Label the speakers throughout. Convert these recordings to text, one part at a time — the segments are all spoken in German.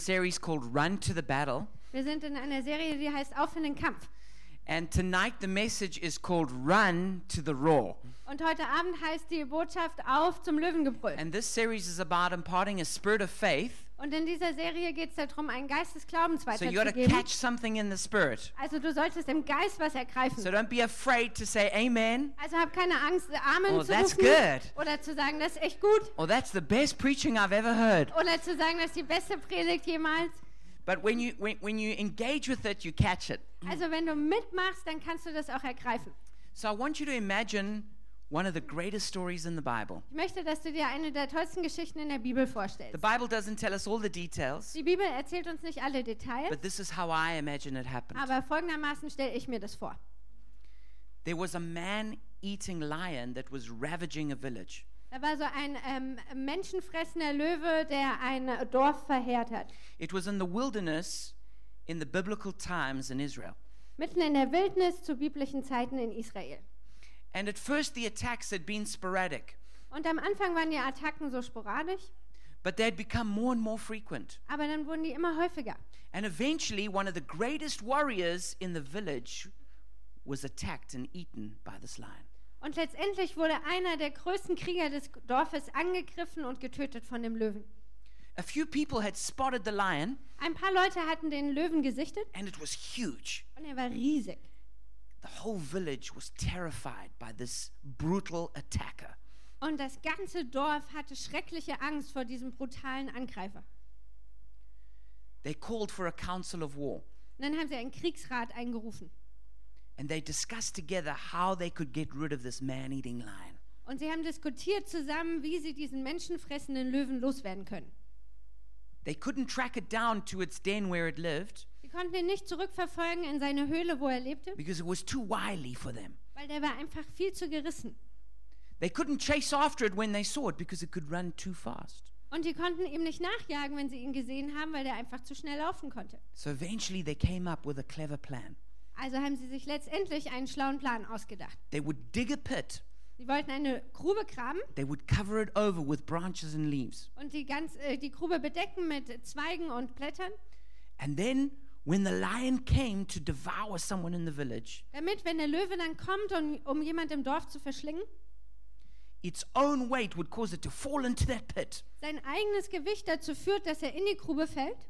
Speaker 1: series called Run to the Battle.
Speaker 2: Wir sind in einer Serie, die heißt Auf in den Kampf.
Speaker 1: And tonight the message is called Run to the Roar.
Speaker 2: Und heute Abend heißt die Botschaft Auf zum Löwengebrüll.
Speaker 1: And this series is about imparting a spirit of faith.
Speaker 2: Und in dieser Serie geht es darum, einen Geist des Glaubens
Speaker 1: So you got to
Speaker 2: weiterzugeben.
Speaker 1: catch something in the spirit.
Speaker 2: Also du solltest im Geist was
Speaker 1: So
Speaker 2: ergreifen.
Speaker 1: don't be afraid to say amen
Speaker 2: Also hab keine Angst, Amen
Speaker 1: Oh,
Speaker 2: zu
Speaker 1: that's
Speaker 2: rufen
Speaker 1: good.
Speaker 2: oder zu sagen, das ist echt gut
Speaker 1: or that's the best preaching I've ever heard.
Speaker 2: oder zu sagen, das ist die beste Predigt jemals.
Speaker 1: But when you when, when you engage with it, you catch it.
Speaker 2: Also wenn du mitmachst, dann kannst du das auch ergreifen.
Speaker 1: So I want you to imagine one of the greatest stories in the Bible.
Speaker 2: Ich möchte, dass du dir eine der tollsten Geschichten in der Bibel
Speaker 1: The
Speaker 2: vorstellst.
Speaker 1: Bible doesn't tell us all the details,
Speaker 2: Die Bibel erzählt uns nicht alle Details,
Speaker 1: but this is how I imagine it happened.
Speaker 2: aber folgendermaßen stelle ich mir das vor.
Speaker 1: There was a man eating lion that was ravaging a village.
Speaker 2: Da war so ein ähm, menschenfressender Löwe, der ein Dorf verheert hat.
Speaker 1: It was in the wilderness in the biblical times in Israel.
Speaker 2: Mitten in der Wildnis zu biblischen Zeiten in Israel.
Speaker 1: And at first, the attacks had been sporadic,
Speaker 2: Und am Anfang waren die Attacken so sporadisch,
Speaker 1: but they'd become more and more frequent.
Speaker 2: aber dann wurden die immer häufiger.
Speaker 1: And eventually, one of the greatest warriors in the village was attacked and eaten by this lion.
Speaker 2: Und letztendlich wurde einer der größten Krieger des Dorfes angegriffen und getötet von dem Löwen.
Speaker 1: A few people had spotted the lion,
Speaker 2: Ein paar Leute hatten den Löwen gesichtet
Speaker 1: and it was huge.
Speaker 2: und er war riesig.
Speaker 1: The whole village was terrified by this brutal attacker.
Speaker 2: Und das ganze Dorf hatte schreckliche Angst vor diesem brutalen Angreifer.
Speaker 1: They called for a council of war.
Speaker 2: Und dann haben sie einen Kriegsrat eingerufen.
Speaker 1: and they discussed together how they could get rid of this man eating lion.
Speaker 2: Und sie haben diskutiert zusammen, wie sie diesen menschenfressenden Löwen loswerden können.
Speaker 1: They couldn't track it down to its den where it lived
Speaker 2: Sie konnten ihn nicht zurückverfolgen in seine Höhle, wo er lebte,
Speaker 1: because it was too wily for them.
Speaker 2: weil der war einfach viel zu gerissen.
Speaker 1: They couldn't chase after it when they saw it because it could run too fast.
Speaker 2: Und die konnten ihm nicht nachjagen, wenn sie ihn gesehen haben, weil der einfach zu schnell laufen konnte.
Speaker 1: So eventually they came up with a clever plan.
Speaker 2: Also haben sie sich letztendlich einen schlauen Plan ausgedacht.
Speaker 1: They would dig a pit,
Speaker 2: Sie wollten eine Grube graben
Speaker 1: they would cover it over with branches and leaves.
Speaker 2: und die, ganz, äh, die Grube bedecken mit Zweigen und Blättern,
Speaker 1: And then when the lion came to devour someone in the village,
Speaker 2: damit, wenn der Löwe dann kommt, um, um jemand im Dorf zu verschlingen,
Speaker 1: its own weight would cause it to fall into that pit,
Speaker 2: sein eigenes Gewicht dazu führt, dass er in die Grube fällt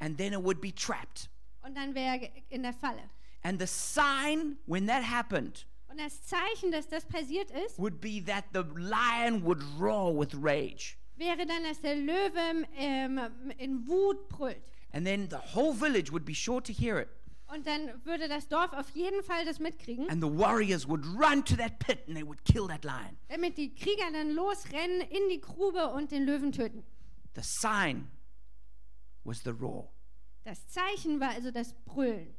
Speaker 1: and then it would be trapped.
Speaker 2: und dann wäre er ge- in der Falle.
Speaker 1: And the sign when that happened
Speaker 2: Und das Zeichen, dass das passiert ist,
Speaker 1: would be that the lion would roar with rage.
Speaker 2: wäre dann, dass der Löwe ähm, in Wut brüllt.
Speaker 1: And then the whole village would be sure to hear it.
Speaker 2: Und dann würde das Dorf auf jeden Fall das mitkriegen,
Speaker 1: And the warriors would run to that pit and they would kill that lion.
Speaker 2: damit die Krieger dann losrennen in die Grube und den Löwen töten.
Speaker 1: The sign was the roar.
Speaker 2: Das Zeichen war also das Brüllen.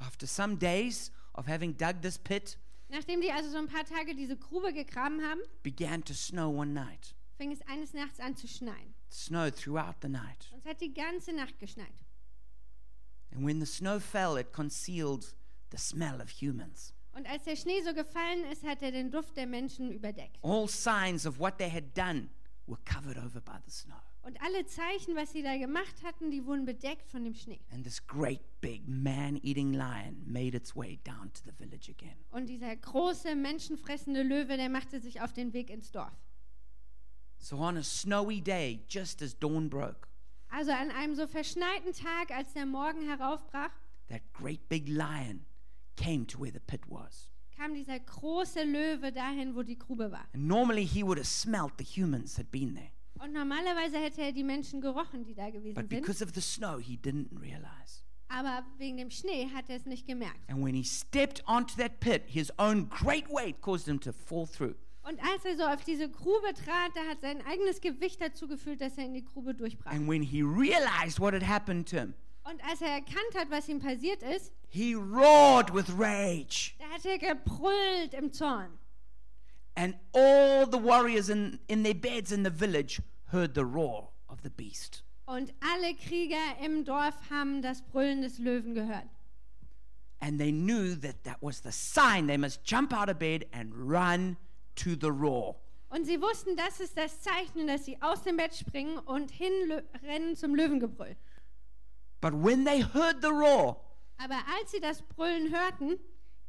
Speaker 1: After some days of having dug this pit,
Speaker 2: Nachdem die also so ein paar Tage diese Grube gegraben haben,
Speaker 1: began to snow one night.
Speaker 2: fing es eines Nachts an zu schneien.
Speaker 1: It snowed throughout the night.
Speaker 2: Und es hat die ganze Nacht geschneit.
Speaker 1: And when the snow fell, it concealed the smell of humans.
Speaker 2: Und als der Schnee so gefallen ist, hat er den Duft der Menschen überdeckt.
Speaker 1: All signs of what they had done were covered over by the snow.
Speaker 2: Und alle Zeichen, was sie da gemacht hatten, die wurden bedeckt von dem Schnee.
Speaker 1: And this great big man eating lion made its way down to the village again.
Speaker 2: Und dieser große, menschenfressende Löwe, der machte sich auf den Weg ins Dorf.
Speaker 1: So on a snowy day, just as dawn broke,
Speaker 2: Also an einem so verschneiten Tag, als der Morgen heraufbrach,
Speaker 1: that great big lion came to where the pit was.
Speaker 2: kam dieser große Löwe dahin, wo die Grube war.
Speaker 1: And normally he would have smelt the humans had been there.
Speaker 2: Und normalerweise hätte er die Menschen gerochen, die da gewesen
Speaker 1: But
Speaker 2: sind.
Speaker 1: because of the snow, he didn't realize.
Speaker 2: Aber wegen dem Schnee hat er es nicht gemerkt.
Speaker 1: And when he stepped onto that pit, his own great weight caused him to fall through.
Speaker 2: Und als er so auf diese Grube trat, da hat sein eigenes Gewicht dazu geführt, dass er in die Grube durchbrach.
Speaker 1: And when he realized what had happened to him,
Speaker 2: Und als er erkannt hat, was ihm passiert ist,
Speaker 1: he roared with rage.
Speaker 2: da hat er gebrüllt im Zorn.
Speaker 1: And all the warriors in, in their beds in the village heard the roar of the beast.
Speaker 2: Und alle Krieger im Dorf haben das Brüllen des Löwen gehört.
Speaker 1: And they knew that that was the sign. They must jump out of bed and run to the roar.
Speaker 2: Und sie wussten, das ist das Zeichen, dass sie aus dem Bett springen und hinrennen zum Löwengebrüll.
Speaker 1: But when they heard the roar,
Speaker 2: Aber als sie das Brüllen hörten,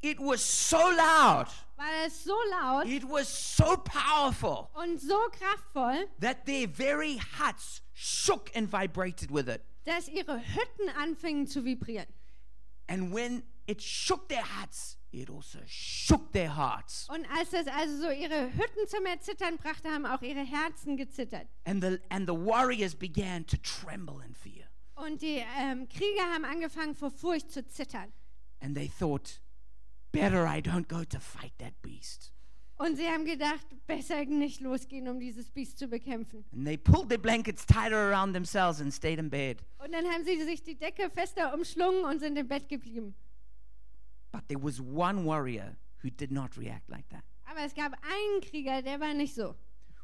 Speaker 1: it was so loud,
Speaker 2: war es so laut
Speaker 1: it was so powerful
Speaker 2: und so kraftvoll,
Speaker 1: that their very huts shook and vibrated with it.
Speaker 2: dass ihre Hütten anfingen zu vibrieren.
Speaker 1: And when it shook their huts, it also shook their hearts.
Speaker 2: Und als das also so ihre Hütten zum Erzittern brachte, haben auch ihre Herzen gezittert.
Speaker 1: And the, and the warriors began to tremble in fear.
Speaker 2: Und die ähm, Krieger haben angefangen, vor Furcht zu zittern.
Speaker 1: And they thought, better I don't go to fight that beast.
Speaker 2: Und sie haben gedacht, besser nicht losgehen, um dieses Biest zu bekämpfen.
Speaker 1: And they pulled their blankets tighter around themselves and stayed in bed.
Speaker 2: Und dann haben sie sich die Decke fester umschlungen und sind im Bett geblieben.
Speaker 1: But there was one warrior who did not react like that.
Speaker 2: Aber es gab einen Krieger, der war nicht so.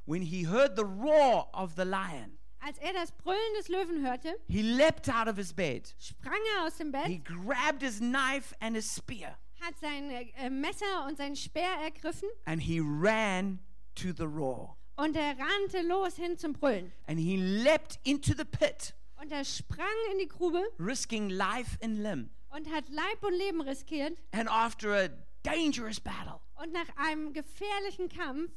Speaker 1: When he heard the roar of the lion,
Speaker 2: Als er das Brüllen des Löwen hörte,
Speaker 1: he leapt out of his bed.
Speaker 2: sprang er aus dem
Speaker 1: He
Speaker 2: Bett,
Speaker 1: grabbed his knife and his spear
Speaker 2: hat sein äh, Messer und sein Speer ergriffen
Speaker 1: and he ran to the roar.
Speaker 2: und er rannte los hin zum Brüllen.
Speaker 1: And he leapt into the pit,
Speaker 2: Und er sprang in die Grube
Speaker 1: risking life and limb.
Speaker 2: und hat Leib und Leben riskiert.
Speaker 1: And after a dangerous battle,
Speaker 2: Und nach einem gefährlichen Kampf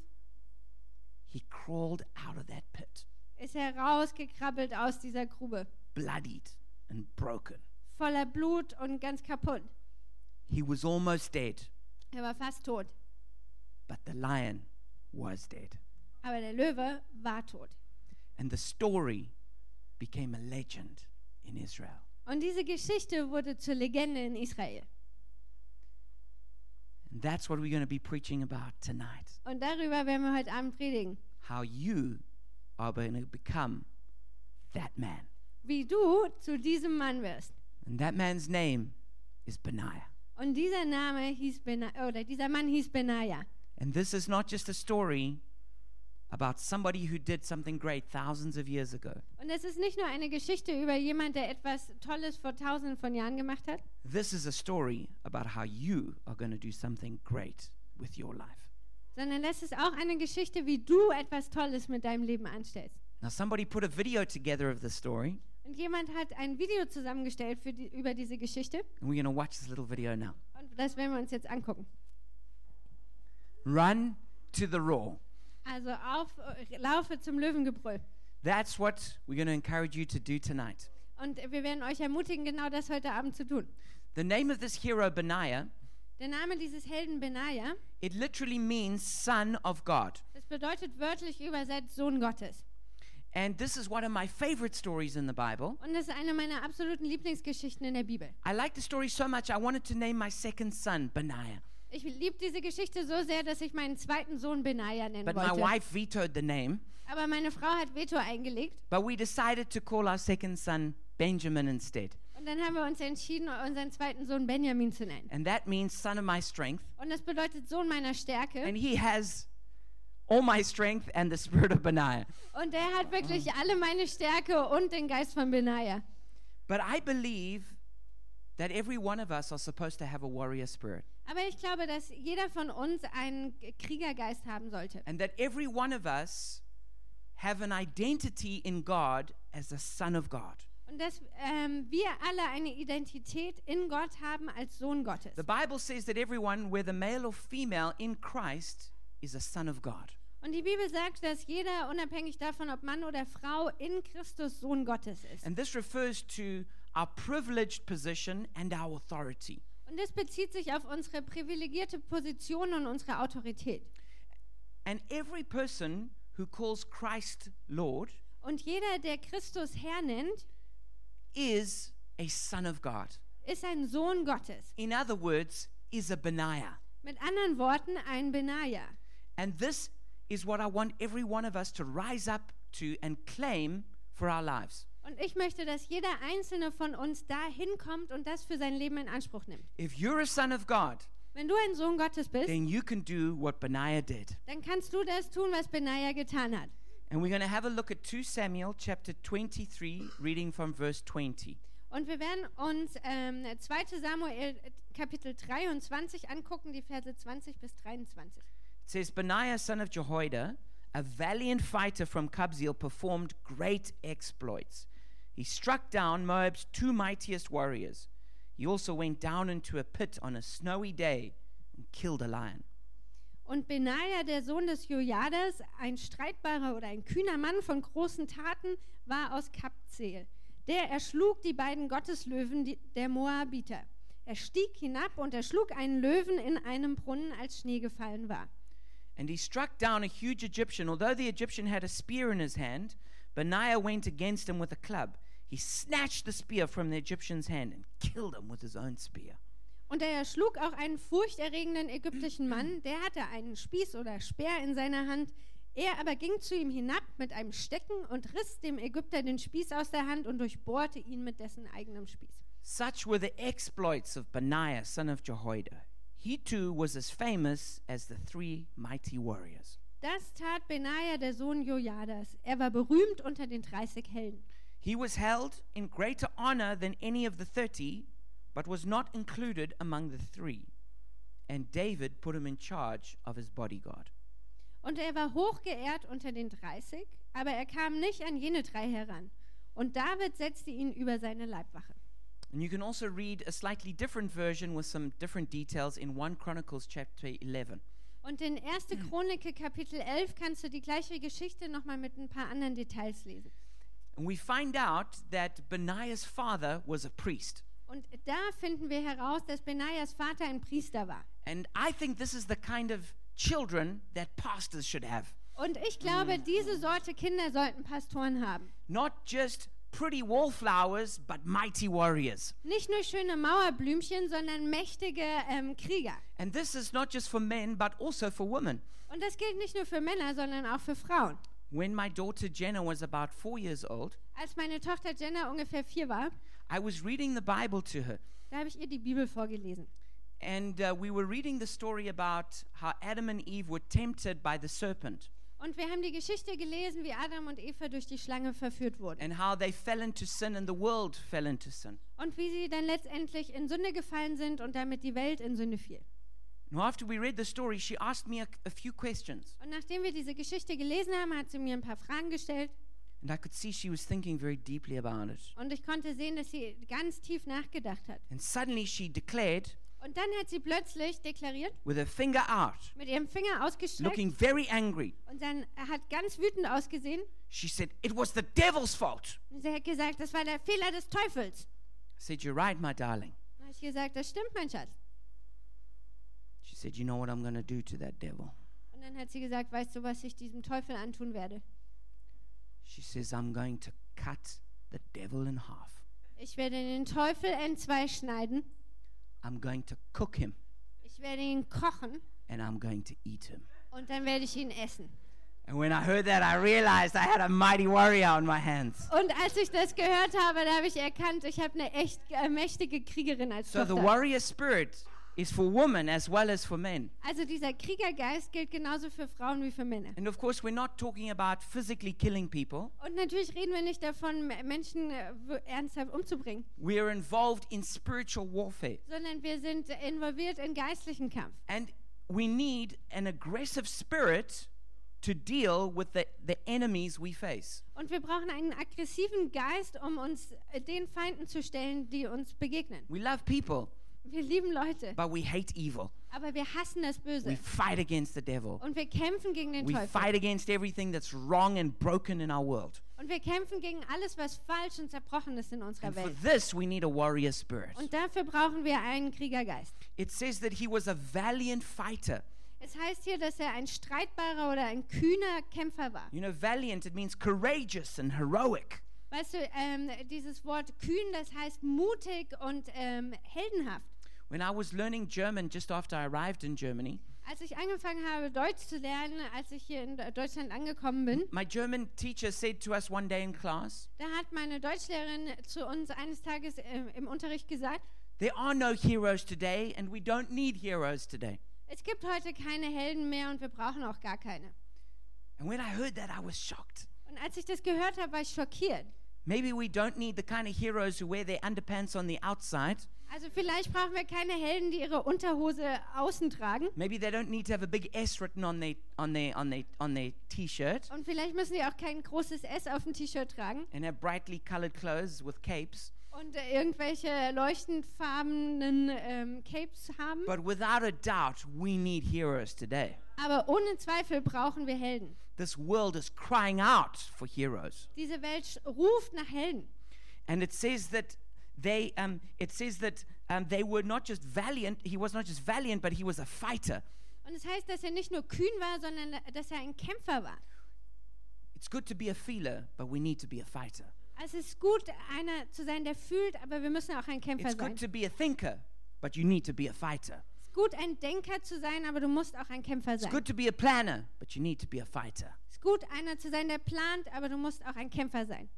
Speaker 1: he crawled out of that pit,
Speaker 2: ist er rausgekrabbelt aus dieser Grube.
Speaker 1: bloodied and broken.
Speaker 2: Voller Blut und ganz kaputt.
Speaker 1: He was almost dead,
Speaker 2: Er war fast tot.
Speaker 1: but the lion was dead.
Speaker 2: Aber der Löwe war tot.
Speaker 1: And the story became a legend in Israel.
Speaker 2: Und diese Geschichte wurde zur Legende in Israel.
Speaker 1: And that's what we're going to be preaching about tonight
Speaker 2: Und darüber werden wir heute Abend predigen.
Speaker 1: how you are going to become that man.
Speaker 2: Wie du zu diesem Mann wirst.
Speaker 1: And that man's name is Benaiah.
Speaker 2: Und dieser Name hieß Bena oder dieser Mann hieß Benaja.
Speaker 1: And this is not just a story about somebody who did something great thousands of years ago.
Speaker 2: Und es ist nicht nur eine Geschichte über jemand, der etwas Tolles vor tausenden von Jahren gemacht hat.
Speaker 1: This is a story about how you are going to do something great with your life.
Speaker 2: sondern das ist auch eine Geschichte, wie du etwas Tolles mit deinem Leben anstellst.
Speaker 1: Now, somebody put a video together of this story,
Speaker 2: Und jemand hat ein Video zusammengestellt für die, über diese Geschichte
Speaker 1: and we're going to watch this little video now.
Speaker 2: und das werden wir uns jetzt angucken.
Speaker 1: Run to the roar.
Speaker 2: Also auf, äh, laufe zum Löwengebrüll.
Speaker 1: That's what we're going to encourage you to do tonight.
Speaker 2: Und wir werden euch ermutigen, genau das heute Abend zu tun.
Speaker 1: The name of this hero, Benaiah,
Speaker 2: Der Name dieses Helden Benaja,
Speaker 1: it literally means son of God.
Speaker 2: das bedeutet wörtlich übersetzt Sohn Gottes.
Speaker 1: And this is one of my favorite stories in the Bible.
Speaker 2: Und das ist eine meiner absoluten Lieblingsgeschichten in der Bibel.
Speaker 1: I like the story so much, I wanted to name my second son Benaiah.
Speaker 2: Ich liebe diese Geschichte so sehr, dass ich meinen zweiten Sohn Benaja nennen
Speaker 1: But my
Speaker 2: wollte.
Speaker 1: wife vetoed the name.
Speaker 2: Aber meine Frau hat Veto eingelegt.
Speaker 1: But we decided to call our second son Benjamin instead.
Speaker 2: Und dann haben wir uns entschieden, unseren zweiten Sohn Benjamin zu nennen.
Speaker 1: And that means son of my strength.
Speaker 2: Und das bedeutet Sohn meiner Stärke.
Speaker 1: And he has all my strength and the spirit of Benaiah.
Speaker 2: Und er hat wirklich alle meine Stärke und den Geist von Benaja.
Speaker 1: But I believe that every one of us are supposed to have a warrior spirit.
Speaker 2: Aber ich glaube, dass jeder von uns einen K- Kriegergeist haben sollte.
Speaker 1: And that every one of us have an identity in God as a son of God.
Speaker 2: Und dass ähm, wir alle eine Identität in Gott haben als Sohn Gottes.
Speaker 1: The Bible says that everyone, whether male or female, in Christ is a son of God.
Speaker 2: Und die Bibel sagt, dass jeder, unabhängig davon, ob Mann oder Frau, in Christus Sohn Gottes ist.
Speaker 1: And this refers to our privileged position and our authority.
Speaker 2: Und das bezieht sich auf unsere privilegierte Position und unsere Autorität.
Speaker 1: And every person who calls Christ Lord
Speaker 2: Und jeder, der Christus Herr nennt,
Speaker 1: is a son of God.
Speaker 2: ist ein Sohn Gottes.
Speaker 1: In other words, is a Benaiah.
Speaker 2: Mit anderen Worten, ein Benaja.
Speaker 1: And this is what I want every one of us to rise up to and claim for our lives.
Speaker 2: Und ich möchte, dass jeder einzelne von uns da hinkommt und das für sein Leben in Anspruch nimmt.
Speaker 1: If you're a son of God,
Speaker 2: Wenn du ein Sohn Gottes bist,
Speaker 1: then you can do what Benaiah did.
Speaker 2: dann kannst du das tun, was Benaja getan hat.
Speaker 1: And we're going to have a look at 2 Samuel chapter 23, reading from verse 20.
Speaker 2: Und wir werden uns ähm, 2. Samuel äh, Kapitel 23 angucken, die Verse 20 bis 23.
Speaker 1: It says Benaiah, son of Jehoiada, a valiant fighter from Kabzeel, performed great exploits. He struck down Moab's two mightiest warriors. He also went down into a pit on a snowy day and killed a lion.
Speaker 2: Und Benaja, der Sohn des Jojades, ein streitbarer oder ein kühner Mann von großen Taten, war aus Kapzel. Der erschlug die beiden Gotteslöwen die, der Moabiter. Er stieg hinab und erschlug einen Löwen in einem Brunnen, als Schnee gefallen war.
Speaker 1: And he struck down a huge Egyptian. Although the Egyptian had a spear in his hand, Benaiah went against him with a club. He snatched the spear from the Egyptian's hand and killed him with his own spear.
Speaker 2: Und er erschlug auch einen furchterregenden ägyptischen Mann, der hatte einen Spieß oder Speer in seiner Hand. Er aber ging zu ihm hinab mit einem Stecken und riss dem Ägypter den Spieß aus der Hand und durchbohrte ihn mit dessen eigenem Spieß.
Speaker 1: Such were the exploits of Benaiah, son of Jehoiada. He too was as famous as the three mighty warriors.
Speaker 2: Das tat Benaja, der Sohn Jojadas. Er war berühmt unter den 30 Helden.
Speaker 1: He was held in greater honor than any of the thirty, but was not included among the three. And David put him in charge of his bodyguard.
Speaker 2: Und er war hochgeehrt unter den 30, aber er kam nicht an jene drei heran. Und David setzte ihn über seine Leibwache.
Speaker 1: And you can also read a slightly different version with some different details in 1 Chronicles chapter 11.
Speaker 2: Und in 1. Chronik Kapitel 11 kannst du die gleiche Geschichte nochmal mit ein paar anderen Details lesen.
Speaker 1: And we find out that Benaiah's father was a priest.
Speaker 2: Und da finden wir heraus, dass Benajas Vater ein Priester war.
Speaker 1: And I think this is the kind of children that pastors should have.
Speaker 2: Und ich glaube, diese Sorte Kinder sollten Pastoren haben.
Speaker 1: Not just pretty wallflowers, but mighty warriors.
Speaker 2: Nicht nur schöne Mauerblümchen, sondern mächtige ähm, Krieger.
Speaker 1: And this is not just for men, but also for women.
Speaker 2: Und das gilt nicht nur für Männer, sondern auch für Frauen.
Speaker 1: When my daughter Jenna was about four years old,
Speaker 2: Als meine Tochter Jenna ungefähr vier war,
Speaker 1: I was reading the Bible to her.
Speaker 2: da habe ich ihr die Bibel vorgelesen.
Speaker 1: And uh, we were reading the story about how Adam and Eve were tempted by the serpent
Speaker 2: Und wir haben die Geschichte gelesen, wie Adam und Eva durch die Schlange verführt wurden.
Speaker 1: and how they fell into sin and the world fell into sin.
Speaker 2: Und wie sie dann letztendlich in Sünde gefallen sind und damit die Welt in Sünde fiel.
Speaker 1: Now, after we read the story, she asked me a, a few questions.
Speaker 2: Und nachdem wir diese Geschichte gelesen haben, hat sie mir ein paar Fragen gestellt.
Speaker 1: And I could see she was thinking very deeply about it.
Speaker 2: Und ich konnte sehen, dass sie ganz tief nachgedacht hat.
Speaker 1: And suddenly she declared,
Speaker 2: Und dann hat sie plötzlich deklariert,
Speaker 1: with her finger out,
Speaker 2: mit ihrem Finger ausgestreckt
Speaker 1: looking very angry,
Speaker 2: und dann hat ganz wütend ausgesehen.
Speaker 1: she said, It was the devil's fault.
Speaker 2: Und sie hat gesagt, das war der Fehler des Teufels.
Speaker 1: I said, You're right, my darling.
Speaker 2: Dann habe ich gesagt, das stimmt, mein Schatz.
Speaker 1: She said, You know what I'm going to do to that devil?
Speaker 2: Und dann hat sie gesagt, weißt du, was ich diesem Teufel antun werde?
Speaker 1: She says, I'm going to cut the devil in half.
Speaker 2: Ich werde den Teufel in zwei schneiden.
Speaker 1: I'm going to cook him
Speaker 2: Ich werde ihn kochen
Speaker 1: and I'm going to eat him.
Speaker 2: und dann werde ich ihn essen.
Speaker 1: And when I heard that, I realized I had a mighty warrior on my hands.
Speaker 2: Und als ich das gehört habe, da habe ich erkannt, ich habe eine echt äh, mächtige Kriegerin als
Speaker 1: So the
Speaker 2: Tochter.
Speaker 1: warrior spirit is for women as well as for men.
Speaker 2: Also dieser Kriegergeist gilt genauso für Frauen wie für Männer.
Speaker 1: And of course, we're not talking about physically killing people.
Speaker 2: Und natürlich reden wir nicht davon, M- Menschen äh, w- ernsthaft umzubringen,
Speaker 1: We are involved in spiritual warfare.
Speaker 2: sondern wir sind involviert in geistlichen Kampf.
Speaker 1: And we need an aggressive spirit to deal with the, the enemies we face.
Speaker 2: Und wir brauchen einen aggressiven Geist, um uns äh, den Feinden zu stellen, die uns begegnen.
Speaker 1: We love people,
Speaker 2: Wir lieben Leute,
Speaker 1: but we hate evil.
Speaker 2: aber wir hassen das
Speaker 1: We
Speaker 2: Böse.
Speaker 1: fight against the devil.
Speaker 2: Und wir kämpfen gegen den
Speaker 1: We
Speaker 2: Teufel.
Speaker 1: fight against everything that's wrong and broken in our world.
Speaker 2: Und wir kämpfen gegen alles, was falsch und zerbrochen ist in unserer
Speaker 1: And for
Speaker 2: Welt.
Speaker 1: this, we need a warrior spirit.
Speaker 2: Und dafür brauchen wir einen Kriegergeist.
Speaker 1: It says that he was a valiant fighter.
Speaker 2: Es heißt hier, dass er ein streitbarer oder ein kühner Kämpfer war.
Speaker 1: You know, valiant, it means courageous and heroic.
Speaker 2: Weißt du, ähm, dieses Wort kühn, das heißt mutig und ähm, heldenhaft.
Speaker 1: When I was learning German just after I arrived in Germany,
Speaker 2: Als ich angefangen habe, Deutsch zu lernen, als ich hier in Deutschland angekommen bin,
Speaker 1: my German teacher said to us one day in class,
Speaker 2: da hat meine Deutschlehrerin zu uns eines Tages ähm, im Unterricht gesagt,
Speaker 1: There are no heroes today, and we don't need heroes today.
Speaker 2: es gibt heute keine Helden mehr und wir brauchen auch gar keine.
Speaker 1: And when I heard that, I was shocked.
Speaker 2: Und als ich das gehört habe, war ich schockiert.
Speaker 1: Maybe we don't need the kind of heroes who wear their underpants on the outside.
Speaker 2: Also vielleicht brauchen wir keine Helden, die ihre Unterhose außen tragen.
Speaker 1: Maybe they don't need to have a big S written on their on their on their on their t-shirt
Speaker 2: Und vielleicht müssen die auch kein großes S auf dem T-Shirt tragen
Speaker 1: and have brightly colored clothes with capes.
Speaker 2: und äh, irgendwelche leuchtendfarbenen ähm, Capes haben.
Speaker 1: But without a doubt, we need heroes today.
Speaker 2: Aber ohne Zweifel brauchen wir Helden.
Speaker 1: This world is crying out for heroes.
Speaker 2: Diese Welt sch- ruft nach Helden.
Speaker 1: And it says that they um, it says that um, they were not just valiant, he was not just valiant, but he was a fighter.
Speaker 2: Und es heißt, dass er nicht nur kühn war, sondern dass er ein Kämpfer war.
Speaker 1: It's good to be a feeler, but we need to be a fighter.
Speaker 2: Also es ist gut, einer zu sein, der fühlt, aber wir müssen auch ein Kämpfer
Speaker 1: It's
Speaker 2: sein.
Speaker 1: good to be a thinker, but you need to be a fighter.
Speaker 2: Es ist gut, ein Denker zu sein, aber du musst auch ein Kämpfer
Speaker 1: It's
Speaker 2: sein.
Speaker 1: good to be a planner, but you need to be a fighter.
Speaker 2: Es ist gut, einer zu sein, der plant, aber du musst auch ein Kämpfer sein.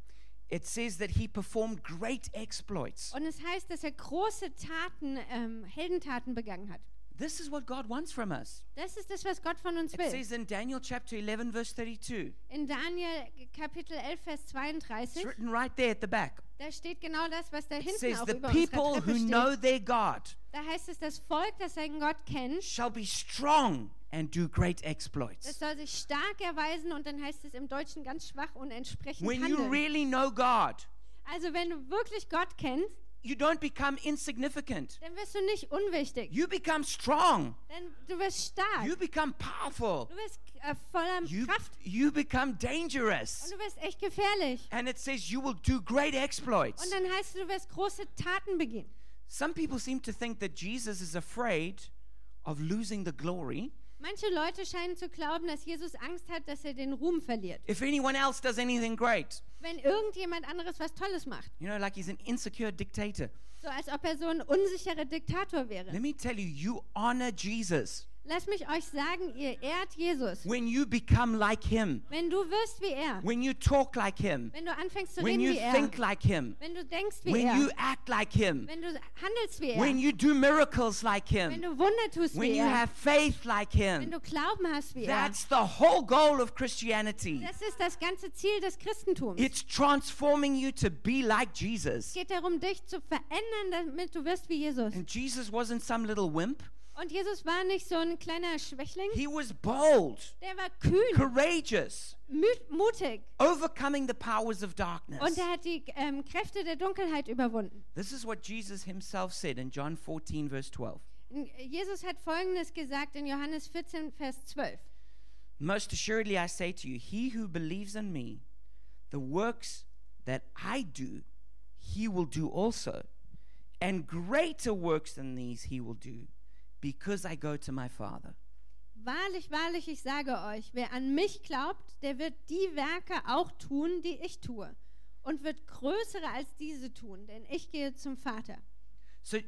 Speaker 1: It says that he performed great exploits.
Speaker 2: Und es heißt, dass er große Taten, ähm, Heldentaten begangen hat.
Speaker 1: This is what God wants from us.
Speaker 2: Das ist das, was Gott von uns
Speaker 1: It
Speaker 2: will.
Speaker 1: says in Daniel chapter 11, verse 32.
Speaker 2: In Daniel Kapitel 11, Vers
Speaker 1: It's
Speaker 2: 32,
Speaker 1: written right there at the back.
Speaker 2: da steht genau das, was da
Speaker 1: It
Speaker 2: hinten
Speaker 1: says,
Speaker 2: auch
Speaker 1: The
Speaker 2: über unserer
Speaker 1: people
Speaker 2: Treppe
Speaker 1: who
Speaker 2: steht.
Speaker 1: know their God
Speaker 2: Da heißt es, das Volk, das seinen Gott kennt,
Speaker 1: shall be strong and do great
Speaker 2: das
Speaker 1: exploits.
Speaker 2: soll sich stark erweisen und dann heißt es im Deutschen ganz schwach und entsprechend
Speaker 1: When you
Speaker 2: handeln.
Speaker 1: really know God,
Speaker 2: Also wenn du wirklich Gott kennst,
Speaker 1: you don't become insignificant.
Speaker 2: dann wirst du nicht unwichtig.
Speaker 1: You become strong.
Speaker 2: Denn du wirst stark.
Speaker 1: You become powerful.
Speaker 2: Du wirst äh, voller
Speaker 1: You,
Speaker 2: Kraft
Speaker 1: you become
Speaker 2: und
Speaker 1: dangerous.
Speaker 2: du wirst echt gefährlich.
Speaker 1: And it says you will do great exploits.
Speaker 2: Und dann heißt es, du wirst große Taten begehen.
Speaker 1: Some people seem to think that Jesus is afraid of losing the glory
Speaker 2: Manche Leute scheinen zu glauben, dass Jesus Angst hat, dass er den Ruhm verliert.
Speaker 1: if anyone else does anything great.
Speaker 2: Wenn irgendjemand anderes was Tolles macht.
Speaker 1: You know, like he's an insecure dictator.
Speaker 2: So als ob er so ein unsicherer Diktator wäre.
Speaker 1: Let me tell you, you honor Jesus
Speaker 2: Lass mich euch sagen, ihr ehrt Jesus.
Speaker 1: when you become like him,
Speaker 2: Wenn du wirst wie er.
Speaker 1: when you talk like him,
Speaker 2: Wenn du anfängst zu
Speaker 1: when
Speaker 2: reden
Speaker 1: you
Speaker 2: wie er.
Speaker 1: think like him,
Speaker 2: Wenn du denkst wie
Speaker 1: when you
Speaker 2: er.
Speaker 1: act like him,
Speaker 2: Wenn du handelst wie
Speaker 1: when
Speaker 2: er.
Speaker 1: you do miracles like
Speaker 2: Wenn
Speaker 1: him,
Speaker 2: du Wunder tust
Speaker 1: when
Speaker 2: wie
Speaker 1: you
Speaker 2: er.
Speaker 1: have faith like
Speaker 2: Wenn
Speaker 1: him.
Speaker 2: du Glauben hast wie er.
Speaker 1: That's the whole goal of Christianity.
Speaker 2: Das ist das ganze Ziel des Christentums.
Speaker 1: It's transforming you to be like
Speaker 2: Es
Speaker 1: Jesus.
Speaker 2: geht darum, dich zu verändern, damit du wirst wie Jesus.
Speaker 1: And Jesus wasn't some little wimp.
Speaker 2: Und Jesus war nicht so ein kleiner Schwächling.
Speaker 1: He was bold,
Speaker 2: Der war kühn,
Speaker 1: courageous,
Speaker 2: mü- mutig.
Speaker 1: overcoming the powers of
Speaker 2: Und
Speaker 1: darkness.
Speaker 2: er hat die ähm, Kräfte der Dunkelheit überwunden.
Speaker 1: This is what Jesus himself said in John 14, verse 12.
Speaker 2: Jesus hat Folgendes gesagt in Johannes 14, Vers 12.
Speaker 1: Most assuredly, I say to you, he who believes in me, the works that I do, he will do also. And greater works than these he will do, because I go to my Father.
Speaker 2: Wahrlich, wahrlich, ich sage euch, wer an mich glaubt, der wird die Werke auch tun, die ich tue. Und wird größere als diese tun, denn ich gehe zum Vater.
Speaker 1: So,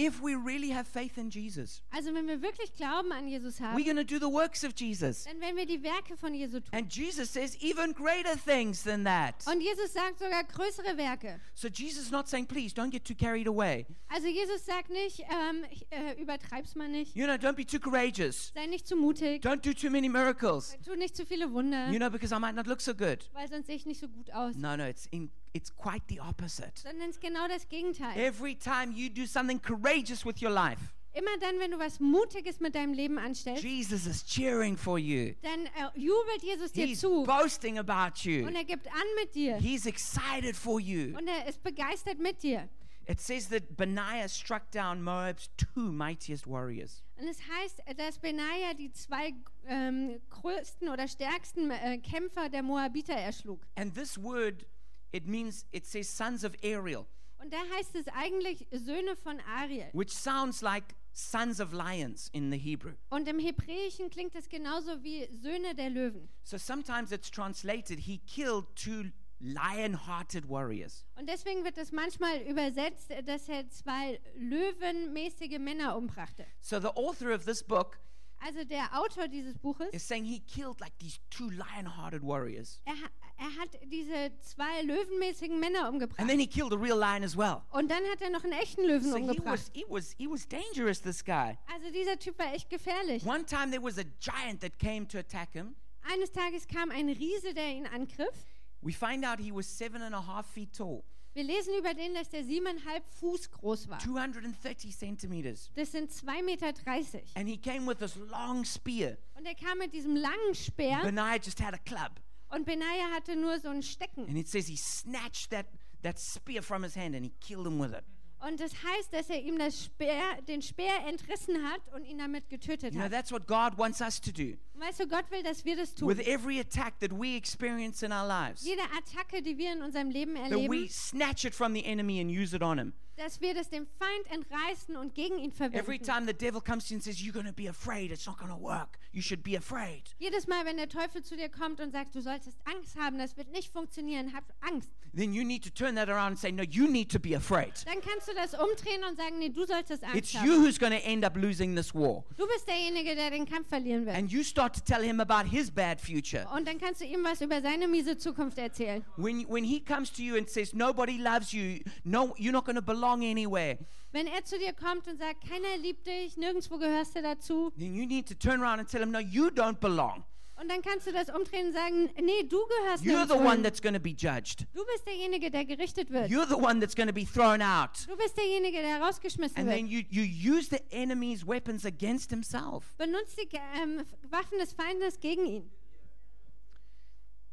Speaker 1: if we really have faith in Jesus,
Speaker 2: Also wenn wir wirklich Glauben an Jesus haben,
Speaker 1: we're going to do the works of Jesus.
Speaker 2: dann werden wir die Werke von Jesu tun.
Speaker 1: And Jesus says even greater things than that.
Speaker 2: Und Jesus sagt sogar größere Werke.
Speaker 1: So Jesus is not saying, please don't get too carried away.
Speaker 2: Also Jesus sagt nicht, ähm, ich, äh, übertreib's mal nicht,
Speaker 1: You know, don't be too courageous.
Speaker 2: sei nicht zu mutig,
Speaker 1: Don't do too many miracles.
Speaker 2: tu nicht zu viele Wunder,
Speaker 1: You know, because I might not look so good.
Speaker 2: weil sonst sehe ich nicht so gut aus.
Speaker 1: No, no, it's in, it's quite the opposite.
Speaker 2: Sondern es ist genau das Gegenteil.
Speaker 1: Every time you do something courageous with your life,
Speaker 2: Immer dann, wenn du was Mutiges mit deinem Leben anstellst,
Speaker 1: Jesus is cheering for you.
Speaker 2: dann äh, jubelt Jesus dir
Speaker 1: He's
Speaker 2: zu
Speaker 1: boasting about
Speaker 2: und
Speaker 1: you.
Speaker 2: er gibt an mit dir
Speaker 1: He's excited for you.
Speaker 2: und er ist begeistert mit dir.
Speaker 1: It says that Benaiah struck down Moab's two mightiest warriors.
Speaker 2: Und es heißt, äh, dass Benaja die zwei ähm, größten oder stärksten äh, Kämpfer der Moabiter erschlug.
Speaker 1: And this word, it means, it says sons of Ariel,
Speaker 2: Und da heißt es eigentlich Söhne von Ariel.
Speaker 1: which sounds like sons of lions in the Hebrew.
Speaker 2: Und im Hebräischen klingt es genauso wie Söhne der Löwen.
Speaker 1: So sometimes it's translated, he killed two lion hearted warriors.
Speaker 2: Und deswegen wird es manchmal übersetzt, äh, dass er zwei löwenmäßige Männer umbrachte.
Speaker 1: So the author of this book
Speaker 2: Also der Autor dieses Buches,
Speaker 1: is saying he killed like these two lion hearted warriors.
Speaker 2: er, ha- er hat diese zwei löwenmäßigen Männer
Speaker 1: And
Speaker 2: umgebracht.
Speaker 1: then he killed a real lion as well.
Speaker 2: Und dann hat er noch einen echten Löwen
Speaker 1: So he was,
Speaker 2: umgebracht.
Speaker 1: he was, he was dangerous, this guy.
Speaker 2: Also dieser Typ war echt gefährlich.
Speaker 1: One time there was a giant that came to attack him,
Speaker 2: Eines Tages kam ein Riese, der ihn angriff.
Speaker 1: We find out he was seven and a half feet tall,
Speaker 2: Wir lesen über den, dass der siebeneinhalb Fuß groß war.
Speaker 1: 230 centimeters.
Speaker 2: Das sind 2,30 Meter. dreißig.
Speaker 1: And he came with this long spear.
Speaker 2: Und er kam mit diesem langen Speer
Speaker 1: Benaiah just had a club.
Speaker 2: und Benaja hatte nur so ein Stecken.
Speaker 1: And it says he snatched that, that spear from his hand and he killed him with it.
Speaker 2: Und das heißt, dass er ihm das Speer, den Speer entrissen hat und ihn damit getötet
Speaker 1: You know,
Speaker 2: hat.
Speaker 1: that's what God wants us to do.
Speaker 2: Und weißt du, Gott will, dass wir das
Speaker 1: With
Speaker 2: tun.
Speaker 1: every attack that we experience in our lives,
Speaker 2: Jede Attacke, die wir in unserem Leben
Speaker 1: that we
Speaker 2: erleben,
Speaker 1: snatch it from the enemy and use it on him.
Speaker 2: dass wir das dem Feind entreißen und gegen ihn
Speaker 1: Every
Speaker 2: verwenden.
Speaker 1: time the devil comes to you and says, You're going to be afraid, it's not going to work. You should be afraid.
Speaker 2: Jedes Mal, wenn der Teufel zu dir kommt und sagt, du solltest Angst haben, das wird nicht funktionieren, hab Angst,
Speaker 1: Then you need to turn that around and say, No, you need to be afraid.
Speaker 2: dann kannst du das umdrehen und sagen, nee, du solltest
Speaker 1: It's
Speaker 2: Angst
Speaker 1: you
Speaker 2: haben.
Speaker 1: who's going to end up losing this war.
Speaker 2: Du bist derjenige, der den Kampf verlieren wird.
Speaker 1: And you start to tell him about his bad future.
Speaker 2: Und dann kannst du ihm was über seine miese Zukunft erzählen.
Speaker 1: When, when he comes to you and says, Nobody loves you, no, you're not going to belong anywhere,
Speaker 2: Wenn er zu dir kommt und sagt, keiner liebt dich, nirgendwo gehörst du dazu,
Speaker 1: then you need to turn around and tell him, No, you don't belong.
Speaker 2: und dann kannst du das umdrehen und sagen, nee, du gehörst
Speaker 1: You're the
Speaker 2: nirgendwo
Speaker 1: one
Speaker 2: hin.
Speaker 1: that's going to be judged.
Speaker 2: Du bist derjenige, der gerichtet wird.
Speaker 1: You're the one that's going to be thrown out.
Speaker 2: Du bist derjenige, der rausgeschmissen
Speaker 1: And then
Speaker 2: wird.
Speaker 1: you, you use the enemy's weapons against himself.
Speaker 2: Benutzt die ähm, Waffen des Feindes gegen ihn.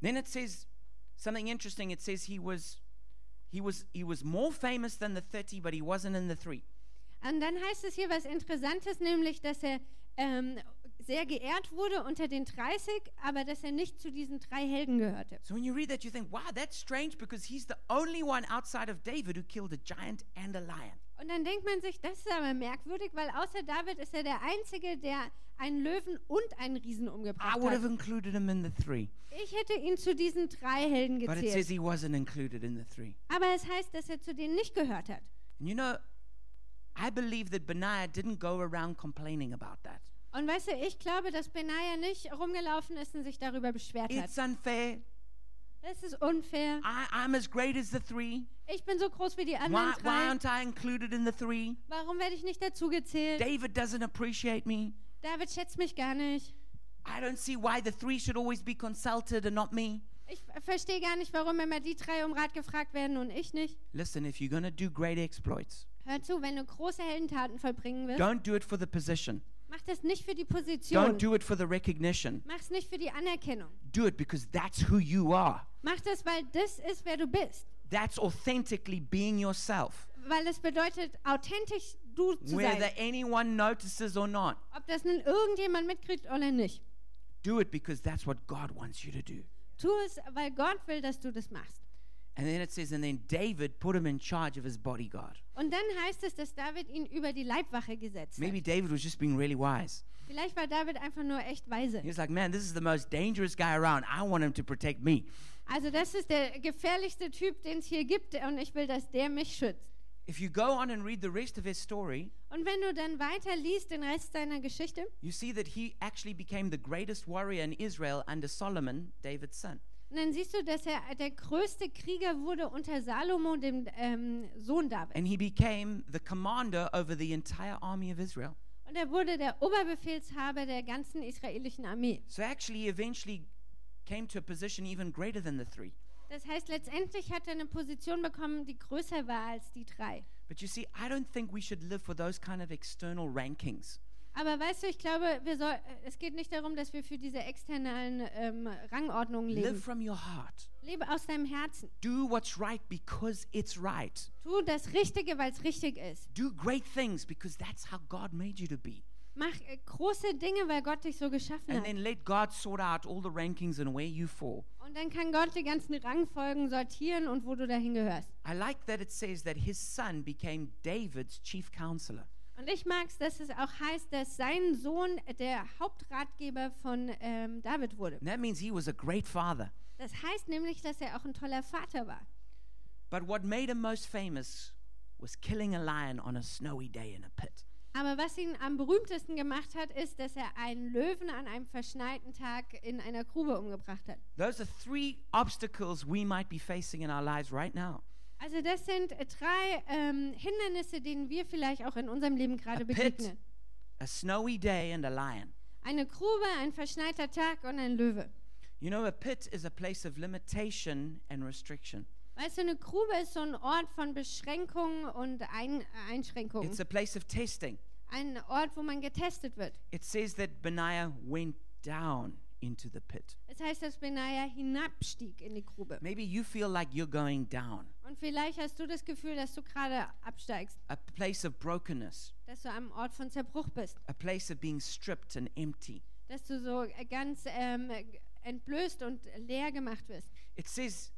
Speaker 1: Then it says something interesting. It says he was he was he was more famous than the 30, but he wasn't in the three.
Speaker 2: Und dann heißt es hier was Interessantes, nämlich, dass er ähm, sehr geehrt wurde unter den 30, aber dass er nicht zu diesen drei Helden gehörte.
Speaker 1: So when you read that, you think, wow, that's strange because he's the only one outside of David who killed a giant and a lion.
Speaker 2: Und dann denkt man sich, das ist aber merkwürdig, weil außer David ist er der Einzige, der einen Löwen und einen Riesen
Speaker 1: I
Speaker 2: umgebracht
Speaker 1: would have
Speaker 2: hat.
Speaker 1: included him in the three,
Speaker 2: Ich hätte ihn zu diesen drei Helden
Speaker 1: but it says
Speaker 2: gezählt.
Speaker 1: he wasn't included in the three.
Speaker 2: Aber es heißt, dass er zu denen nicht gehört hat.
Speaker 1: And you know, I believe that Benaiah didn't go around complaining about that.
Speaker 2: Und weißt du, ich glaube, dass Benaja nicht rumgelaufen ist und sich darüber beschwert hat.
Speaker 1: It's unfair.
Speaker 2: Das ist unfair.
Speaker 1: I, I'm as great as the three.
Speaker 2: Ich bin so groß wie die anderen
Speaker 1: Why, why
Speaker 2: drei.
Speaker 1: aren't I included in the three?
Speaker 2: Warum werde ich nicht dazu gezählt?
Speaker 1: David doesn't appreciate me.
Speaker 2: David schätzt mich gar nicht.
Speaker 1: I don't see why the three should always be consulted and not me.
Speaker 2: Ich verstehe gar nicht, warum immer die drei um Rat gefragt werden und ich nicht.
Speaker 1: Listen, if you're going to do great exploits,
Speaker 2: Hör zu, wenn du große Heldentaten vollbringen willst,
Speaker 1: don't do it for the position.
Speaker 2: mach das nicht für die Position.
Speaker 1: Don't do it for the recognition.
Speaker 2: Mach's nicht für die Anerkennung.
Speaker 1: Do it because that's who you are.
Speaker 2: Mach das, weil das ist, wer du bist.
Speaker 1: That's authentically being yourself,
Speaker 2: Weil es bedeutet, authentisch du zu
Speaker 1: whether
Speaker 2: sein.
Speaker 1: anyone notices or not.
Speaker 2: Ob das nun irgendjemand mitkriegt oder nicht.
Speaker 1: Do it because that's what God wants you to do.
Speaker 2: Tu es, weil Gott will, dass du das machst.
Speaker 1: And then it says, and then David put him in charge of his bodyguard.
Speaker 2: Und dann heißt es, dass David ihn über die Leibwache gesetzt
Speaker 1: Maybe
Speaker 2: hat.
Speaker 1: David was just being really wise.
Speaker 2: Vielleicht war David einfach nur echt weise.
Speaker 1: He was like, man, this is the most dangerous guy around. I want him to protect me.
Speaker 2: Also das ist der gefährlichste Typ, den es hier gibt und ich will, dass der mich schützt.
Speaker 1: If you go on and read the rest of his story,
Speaker 2: Und wenn du dann weiter liest den Rest seiner Geschichte,
Speaker 1: you see that he actually became the greatest warrior in Israel under Solomon, David's son.
Speaker 2: und dann siehst du, dass er der größte Krieger wurde unter Salomo, dem ähm, Sohn David.
Speaker 1: And he became the commander over the entire army of Israel.
Speaker 2: Und er wurde der Oberbefehlshaber der ganzen israelischen Armee.
Speaker 1: So actually, he eventually came to a position even greater than the three.
Speaker 2: Das heißt, letztendlich hat er eine Position bekommen, die größer war als die drei.
Speaker 1: But you see, I don't think we should live for those kind of external rankings.
Speaker 2: Aber weißt du, ich glaube, wir soll, es geht nicht darum, dass wir für diese externen ähm, Rangordnungen
Speaker 1: Live
Speaker 2: leben.
Speaker 1: from your heart.
Speaker 2: Lebe aus deinem Herzen.
Speaker 1: Do what's right because it's right.
Speaker 2: Tu das Richtige, weil es richtig ist.
Speaker 1: Do great things because that's how God made you to be.
Speaker 2: Mach äh, große Dinge, weil Gott dich so geschaffen
Speaker 1: And
Speaker 2: hat.
Speaker 1: then let God sort out all the rankings and where you fall.
Speaker 2: Und dann kann Gott die ganzen Rangfolgen sortieren und wo du dahin gehörst.
Speaker 1: I like that it says that his son became David's chief counselor.
Speaker 2: Und ich mag es, dass es auch heißt, dass sein Sohn äh, der Hauptratgeber von ähm, David wurde.
Speaker 1: And that means he was a great father.
Speaker 2: Das heißt nämlich, dass er auch ein toller Vater war.
Speaker 1: But what made him most famous was killing a lion on a snowy day in a pit.
Speaker 2: Aber was ihn am berühmtesten gemacht hat, ist, dass er einen Löwen an einem verschneiten Tag in einer Grube umgebracht hat.
Speaker 1: Those are three obstacles we might be facing in our lives right now.
Speaker 2: Also das sind äh, drei ähm, Hindernisse, denen wir vielleicht auch in unserem Leben
Speaker 1: A
Speaker 2: gerade
Speaker 1: pit,
Speaker 2: begegnen.
Speaker 1: a snowy day, and a lion.
Speaker 2: Eine Grube, ein verschneiter Tag und ein Löwe.
Speaker 1: You You know, a pit is a place of limitation and restriction.
Speaker 2: Weißt du, eine Grube ist so ein Ort von Beschränkungen und Ein Einschränkungen.
Speaker 1: It's a place of testing.
Speaker 2: Ein Ort, wo man getestet wird.
Speaker 1: It says that Benaiah went down into the pit.
Speaker 2: Es heißt, dass Benaja hinabstieg in die Grube.
Speaker 1: Maybe you feel like you're going down,
Speaker 2: Und vielleicht hast du das Gefühl, dass du gerade absteigst,
Speaker 1: a place of brokenness,
Speaker 2: dass du am Ort von Zerbruch bist,
Speaker 1: a place of being stripped and empty.
Speaker 2: dass du so äh, ganz ähm, äh, entblößt und leer gemacht wirst.
Speaker 1: It says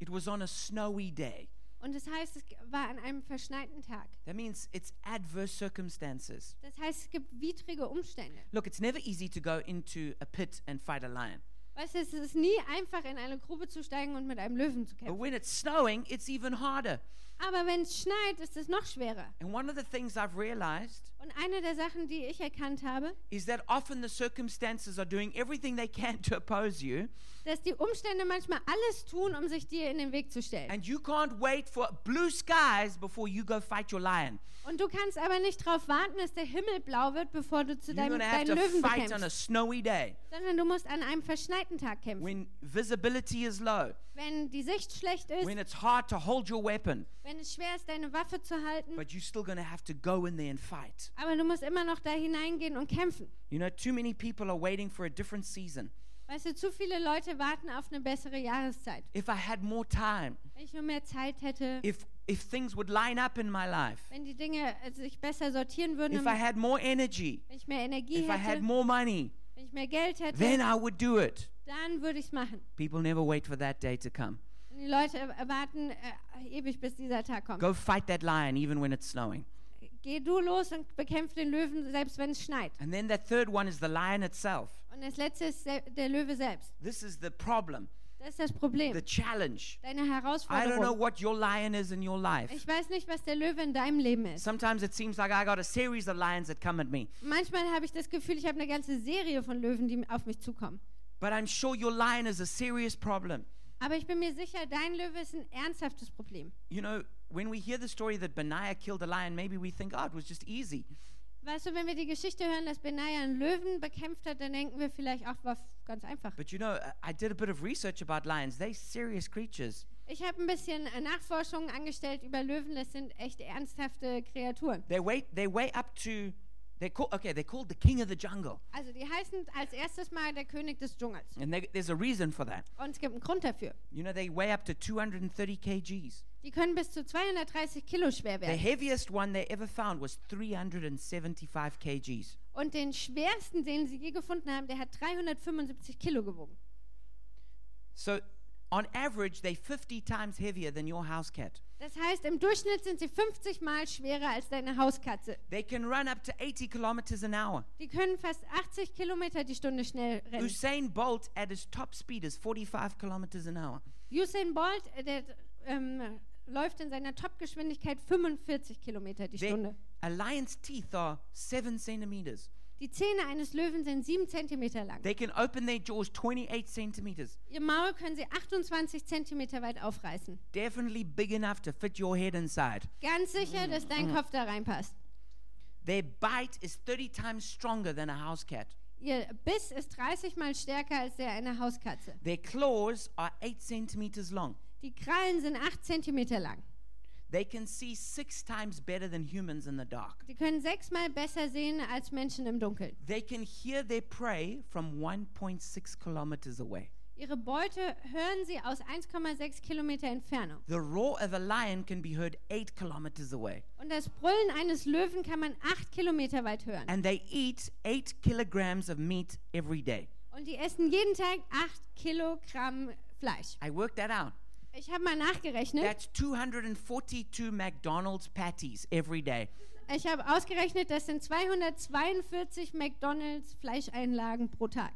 Speaker 1: it was on a snowy day.
Speaker 2: Und das heißt, es war an einem verschneiten Tag.
Speaker 1: That means it's adverse circumstances.
Speaker 2: Das heißt, es gibt widrige Umstände.
Speaker 1: Look, it's never easy to go into a pit and fight a lion.
Speaker 2: Weißt du, es ist nie einfach, in eine Grube zu steigen und mit einem Löwen zu
Speaker 1: But
Speaker 2: kämpfen.
Speaker 1: when it's snowing, it's even harder.
Speaker 2: Aber wenn es schneit, ist es noch schwerer.
Speaker 1: And one of the things I've realized
Speaker 2: Und eine der Sachen, die ich erkannt habe,
Speaker 1: is that often the circumstances are doing everything they can to oppose you,
Speaker 2: dass die Umstände manchmal alles tun, um sich dir in den Weg zu stellen.
Speaker 1: and you can't wait for blue skies before you go fight your lion.
Speaker 2: Und du kannst aber nicht darauf warten, dass der Himmel blau wird, bevor du zu
Speaker 1: You're
Speaker 2: deinem
Speaker 1: going to have
Speaker 2: deinen
Speaker 1: to
Speaker 2: Löwen
Speaker 1: fight on a
Speaker 2: bekämpfst,
Speaker 1: snowy day
Speaker 2: sondern du musst an einem verschneiten Tag kämpfen.
Speaker 1: when visibility is low,
Speaker 2: wenn die Sicht schlecht ist,
Speaker 1: when it's hard to hold your weapon,
Speaker 2: wenn es schwer ist, deine Waffe zu halten,
Speaker 1: but you're still going to have to go in there and fight.
Speaker 2: aber du musst immer noch da hineingehen und kämpfen.
Speaker 1: You know, too many people are waiting for a different season.
Speaker 2: Weißt du, zu viele Leute warten auf eine bessere Jahreszeit.
Speaker 1: If I had more time,
Speaker 2: Wenn ich nur mehr Zeit hätte,
Speaker 1: if if things would line up in my life,
Speaker 2: wenn die Dinge äh, sich besser sortieren würden,
Speaker 1: if I
Speaker 2: wenn
Speaker 1: had more energy,
Speaker 2: ich mehr Energie
Speaker 1: if I had
Speaker 2: hätte,
Speaker 1: more money,
Speaker 2: wenn ich mehr Geld
Speaker 1: then
Speaker 2: hätte,
Speaker 1: I would do it.
Speaker 2: dann würde ich es machen.
Speaker 1: People never wait for that day to come.
Speaker 2: Und die Leute äh, warten äh, ewig, bis dieser Tag kommt.
Speaker 1: Go fight that lion even when it's snowing.
Speaker 2: Geh du los und bekämpf den Löwen, selbst wenn es schneit.
Speaker 1: And then that third one is the lion itself.
Speaker 2: Und das letzte ist sel- der Löwe selbst.
Speaker 1: This is the problem,
Speaker 2: Das ist das
Speaker 1: the
Speaker 2: Problem,
Speaker 1: challenge.
Speaker 2: deine
Speaker 1: I don't know
Speaker 2: Herausforderung.
Speaker 1: what your lion is in your life.
Speaker 2: Ich weiß nicht, was der Löwe in deinem Leben ist.
Speaker 1: Sometimes it seems like I got a series of lions that come at me.
Speaker 2: Manchmal habe ich das Gefühl, ich habe eine ganze Serie von Löwen, die auf mich zukommen.
Speaker 1: But I'm sure your lion is a serious problem.
Speaker 2: Aber ich bin mir sicher, dein Löwe ist ein ernsthaftes Problem.
Speaker 1: You know, when we hear the story that Benaiah killed a lion, maybe we think, oh, it was just easy.
Speaker 2: Weißt du, wenn wir die Geschichte hören, dass Benaiah einen Löwen bekämpft hat, dann denken wir vielleicht, ach, war f- ganz einfach.
Speaker 1: But you know, I- I did a bit of research about lions. They're serious creatures.
Speaker 2: Ich habe ein bisschen äh, Nachforschungen angestellt über Löwen. Das sind echt ernsthafte Kreaturen.
Speaker 1: They weigh, they weigh up to, they're call, okay, they're called the king of the jungle.
Speaker 2: Also die heißen als erstes mal der König des Dschungels.
Speaker 1: And they, there's a reason for that.
Speaker 2: Und es gibt einen Grund dafür.
Speaker 1: You know, they weigh up to 230 kgs.
Speaker 2: Die können bis zu 230 Kilo schwer
Speaker 1: The
Speaker 2: werden.
Speaker 1: heaviest one they ever found was 375 kgs.
Speaker 2: Und den schwersten, den sie je gefunden haben, der hat 375 Kilo gewogen.
Speaker 1: So, on average, they're 50 times heavier than your house cat.
Speaker 2: Das heißt, im Durchschnitt sind sie 50 Mal schwerer als deine Hauskatze.
Speaker 1: They can run up to 80 kilometers an hour.
Speaker 2: Die können fast 80 Kilometer die Stunde schnell rennen.
Speaker 1: Usain Bolt at his top speed is 45 kilometers an hour.
Speaker 2: Usain Bolt, äh, der ähm, läuft in seiner Topgeschwindigkeit 45 Kilometer die
Speaker 1: They,
Speaker 2: Stunde.
Speaker 1: a lion's teeth are 7 centimeters.
Speaker 2: Die Zähne eines Löwen sind 7 Zentimeter lang.
Speaker 1: They can open their jaws 28 centimeters.
Speaker 2: Ihr Maul können sie 28 Zentimeter weit aufreißen.
Speaker 1: Definitely big enough to fit your head inside.
Speaker 2: Ganz sicher, dass dein Kopf da reinpasst.
Speaker 1: Their bite is 30 times stronger than a house cat.
Speaker 2: Ihr Biss ist 30 Mal stärker als der einer Hauskatze.
Speaker 1: Their claws are 8 centimeters long.
Speaker 2: Die Krallen sind 8 Zentimeter lang.
Speaker 1: They can see six times better than humans in the dark.
Speaker 2: Sie können sechsmal besser sehen als Menschen im Dunkeln.
Speaker 1: They can hear their prey from 1.6 kilometers away.
Speaker 2: Ihre Beute hören sie aus 1,6 Kilometer Entfernung.
Speaker 1: The roar of a lion can be heard 8 kilometers away.
Speaker 2: Und das Brüllen eines Löwen kann man 8 Kilometer weit hören.
Speaker 1: And they eat 8 kilograms of meat every day.
Speaker 2: Und die essen jeden Tag 8 Kilogramm Fleisch.
Speaker 1: I worked that out.
Speaker 2: Ich habe mal nachgerechnet.
Speaker 1: That's 242 McDonald's patties every day.
Speaker 2: Ich habe ausgerechnet, das sind 242 McDonalds Fleischeinlagen pro Tag.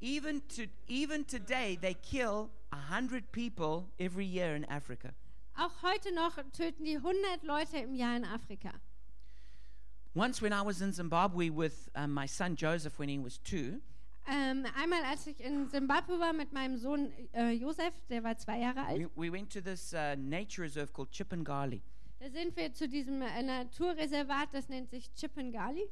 Speaker 1: Even to even today they kill 100 people every year in Africa.
Speaker 2: Auch heute noch töten die 100 Leute im Jahr in Afrika.
Speaker 1: Once when I was in Zimbabwe with um, my son Joseph when he was 2,
Speaker 2: Ähm, einmal, als ich in Simbabwe war mit meinem Sohn äh, Josef, der war zwei Jahre alt,
Speaker 1: we, we went to this uh, nature reserve called Chipangali.
Speaker 2: da sind wir zu diesem äh, Naturreservat, das nennt sich Chipangali.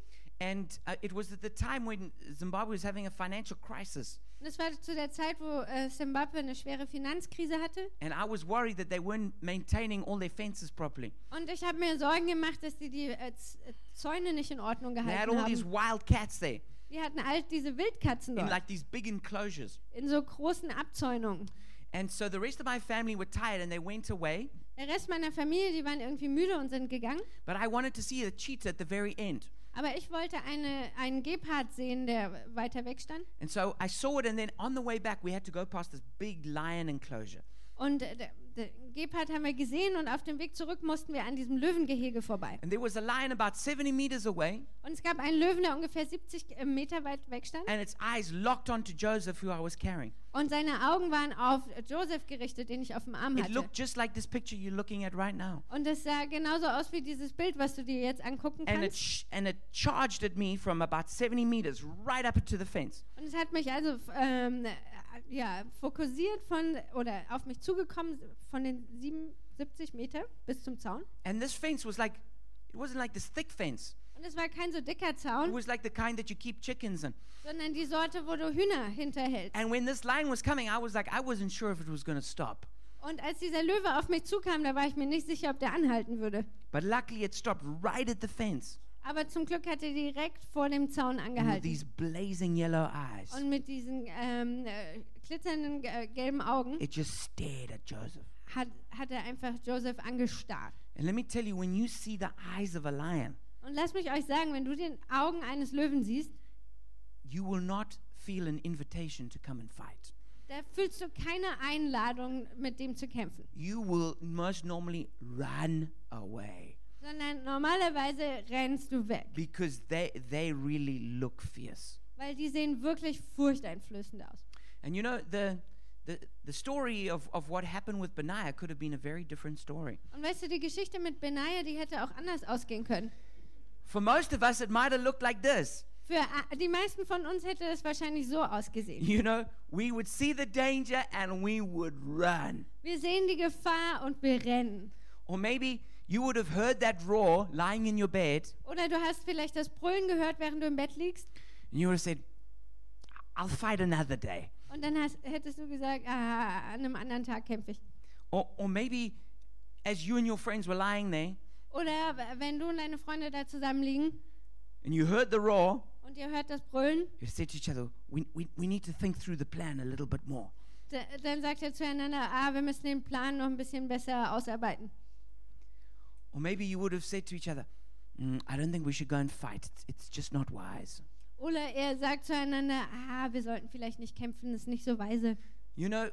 Speaker 1: And uh, it was at the time when Zimbabwe was having a financial crisis.
Speaker 2: Und es war zu der Zeit, wo äh, Zimbabwe eine schwere Finanzkrise hatte.
Speaker 1: And I was worried that they weren't maintaining all their fences properly.
Speaker 2: Und ich habe mir Sorgen gemacht, dass die die äh, Z- äh, Zäune nicht in Ordnung
Speaker 1: They had
Speaker 2: gehalten
Speaker 1: all these
Speaker 2: haben.
Speaker 1: wild cats there
Speaker 2: Die hatten all diese Wildkatzen
Speaker 1: in
Speaker 2: dort,
Speaker 1: like these big enclosures.
Speaker 2: in so großen Abzäunungen.
Speaker 1: And so the rest of my family were tired and they went away.
Speaker 2: Der Rest meiner Familie, die waren irgendwie müde und sind gegangen.
Speaker 1: But I wanted to see the cheetah at the very end.
Speaker 2: Aber ich wollte eine, einen Gepard sehen, der weiter weg stand.
Speaker 1: And so I saw it, and then on the way back, we had to go past this big lion enclosure.
Speaker 2: Und äh, der, der Gepard haben wir gesehen und auf dem Weg zurück mussten wir an diesem Löwengehege vorbei.
Speaker 1: And there was a lion about 70 meters away,
Speaker 2: Und es gab einen Löwen, der ungefähr 70 Meter weit weg stand.
Speaker 1: and its eyes locked onto Joseph, who I was carrying.
Speaker 2: Und seine Augen waren auf Joseph gerichtet, den ich auf dem Arm
Speaker 1: It
Speaker 2: hatte.
Speaker 1: looked just like this picture you're looking at right now.
Speaker 2: Und es sah genauso aus wie dieses Bild, was du dir jetzt angucken
Speaker 1: And it,
Speaker 2: kannst.
Speaker 1: sh- and it charged at me from about 70 meters right up to the fence.
Speaker 2: Und es hat mich also f- ähm, äh, ja, fokussiert von oder auf mich zugekommen von den 77 Meter bis zum Zaun.
Speaker 1: And this fence was like, it wasn't like this thick fence.
Speaker 2: Und es war kein so dicker
Speaker 1: It
Speaker 2: Zaun,
Speaker 1: was like the kind that you keep chickens in.
Speaker 2: sondern die Sorte, wo du Hühner hinterhältst.
Speaker 1: And when this lion was coming, I was like, I wasn't sure if it was going to stop.
Speaker 2: Und als dieser Löwe auf mich zukam, da war ich mir nicht sicher, ob der anhalten würde.
Speaker 1: But luckily, it stopped right at the fence.
Speaker 2: Aber zum Glück hat er direkt vor dem Zaun
Speaker 1: And with
Speaker 2: angehalten.
Speaker 1: these blazing yellow eyes,
Speaker 2: Und mit diesen ähm, äh, glitzernden äh, gelben Augen
Speaker 1: it just stared at Joseph.
Speaker 2: hat, hat er einfach Joseph angestarrt.
Speaker 1: And let me tell you, when you see the eyes of a lion,
Speaker 2: Und lass mich euch sagen, wenn du den Augen eines Löwen siehst,
Speaker 1: you will not feel an invitation to come and fight.
Speaker 2: da fühlst du keine Einladung, mit dem zu kämpfen.
Speaker 1: You will most normally run away
Speaker 2: Sondern normalerweise rennst du weg,
Speaker 1: because they, they really look fierce.
Speaker 2: weil die sehen wirklich furchteinflößend aus.
Speaker 1: And you know, the, the, the story of, of what happened with Benaiah could have been a very different story.
Speaker 2: Und weißt du, die Geschichte mit Benaiah, die hätte auch anders ausgehen können.
Speaker 1: For most of us, it might have looked like this.
Speaker 2: Für a- die meisten von uns hätte es wahrscheinlich so ausgesehen.
Speaker 1: You know, we would see the danger and we would run.
Speaker 2: Wir sehen die Gefahr und wir rennen.
Speaker 1: Or maybe you would have heard that roar lying in your bed
Speaker 2: Oder du hast vielleicht das Brüllen gehört, während du im Bett liegst.
Speaker 1: and you would have said, I'll fight another day.
Speaker 2: Und dann hast, hättest du gesagt, ah, an einem anderen Tag kämpfe ich.
Speaker 1: Or, or maybe as you and your friends were lying there
Speaker 2: Oder w- wenn du und deine Freunde da zusammenliegen
Speaker 1: and you heard the roar,
Speaker 2: und ihr hört das Brüllen,
Speaker 1: you said to each other, we, we, we need to think through the plan a little bit more.
Speaker 2: d- dann sagt ihr zueinander, ah, wir müssen den Plan noch ein bisschen besser ausarbeiten.
Speaker 1: Or maybe you would have said to each other, "Mm, I don't think we should go and fight. It's, it's just not wise.
Speaker 2: Oder ihr sagt zueinander, ah, wir sollten vielleicht nicht kämpfen, ist nicht so weise.
Speaker 1: You know,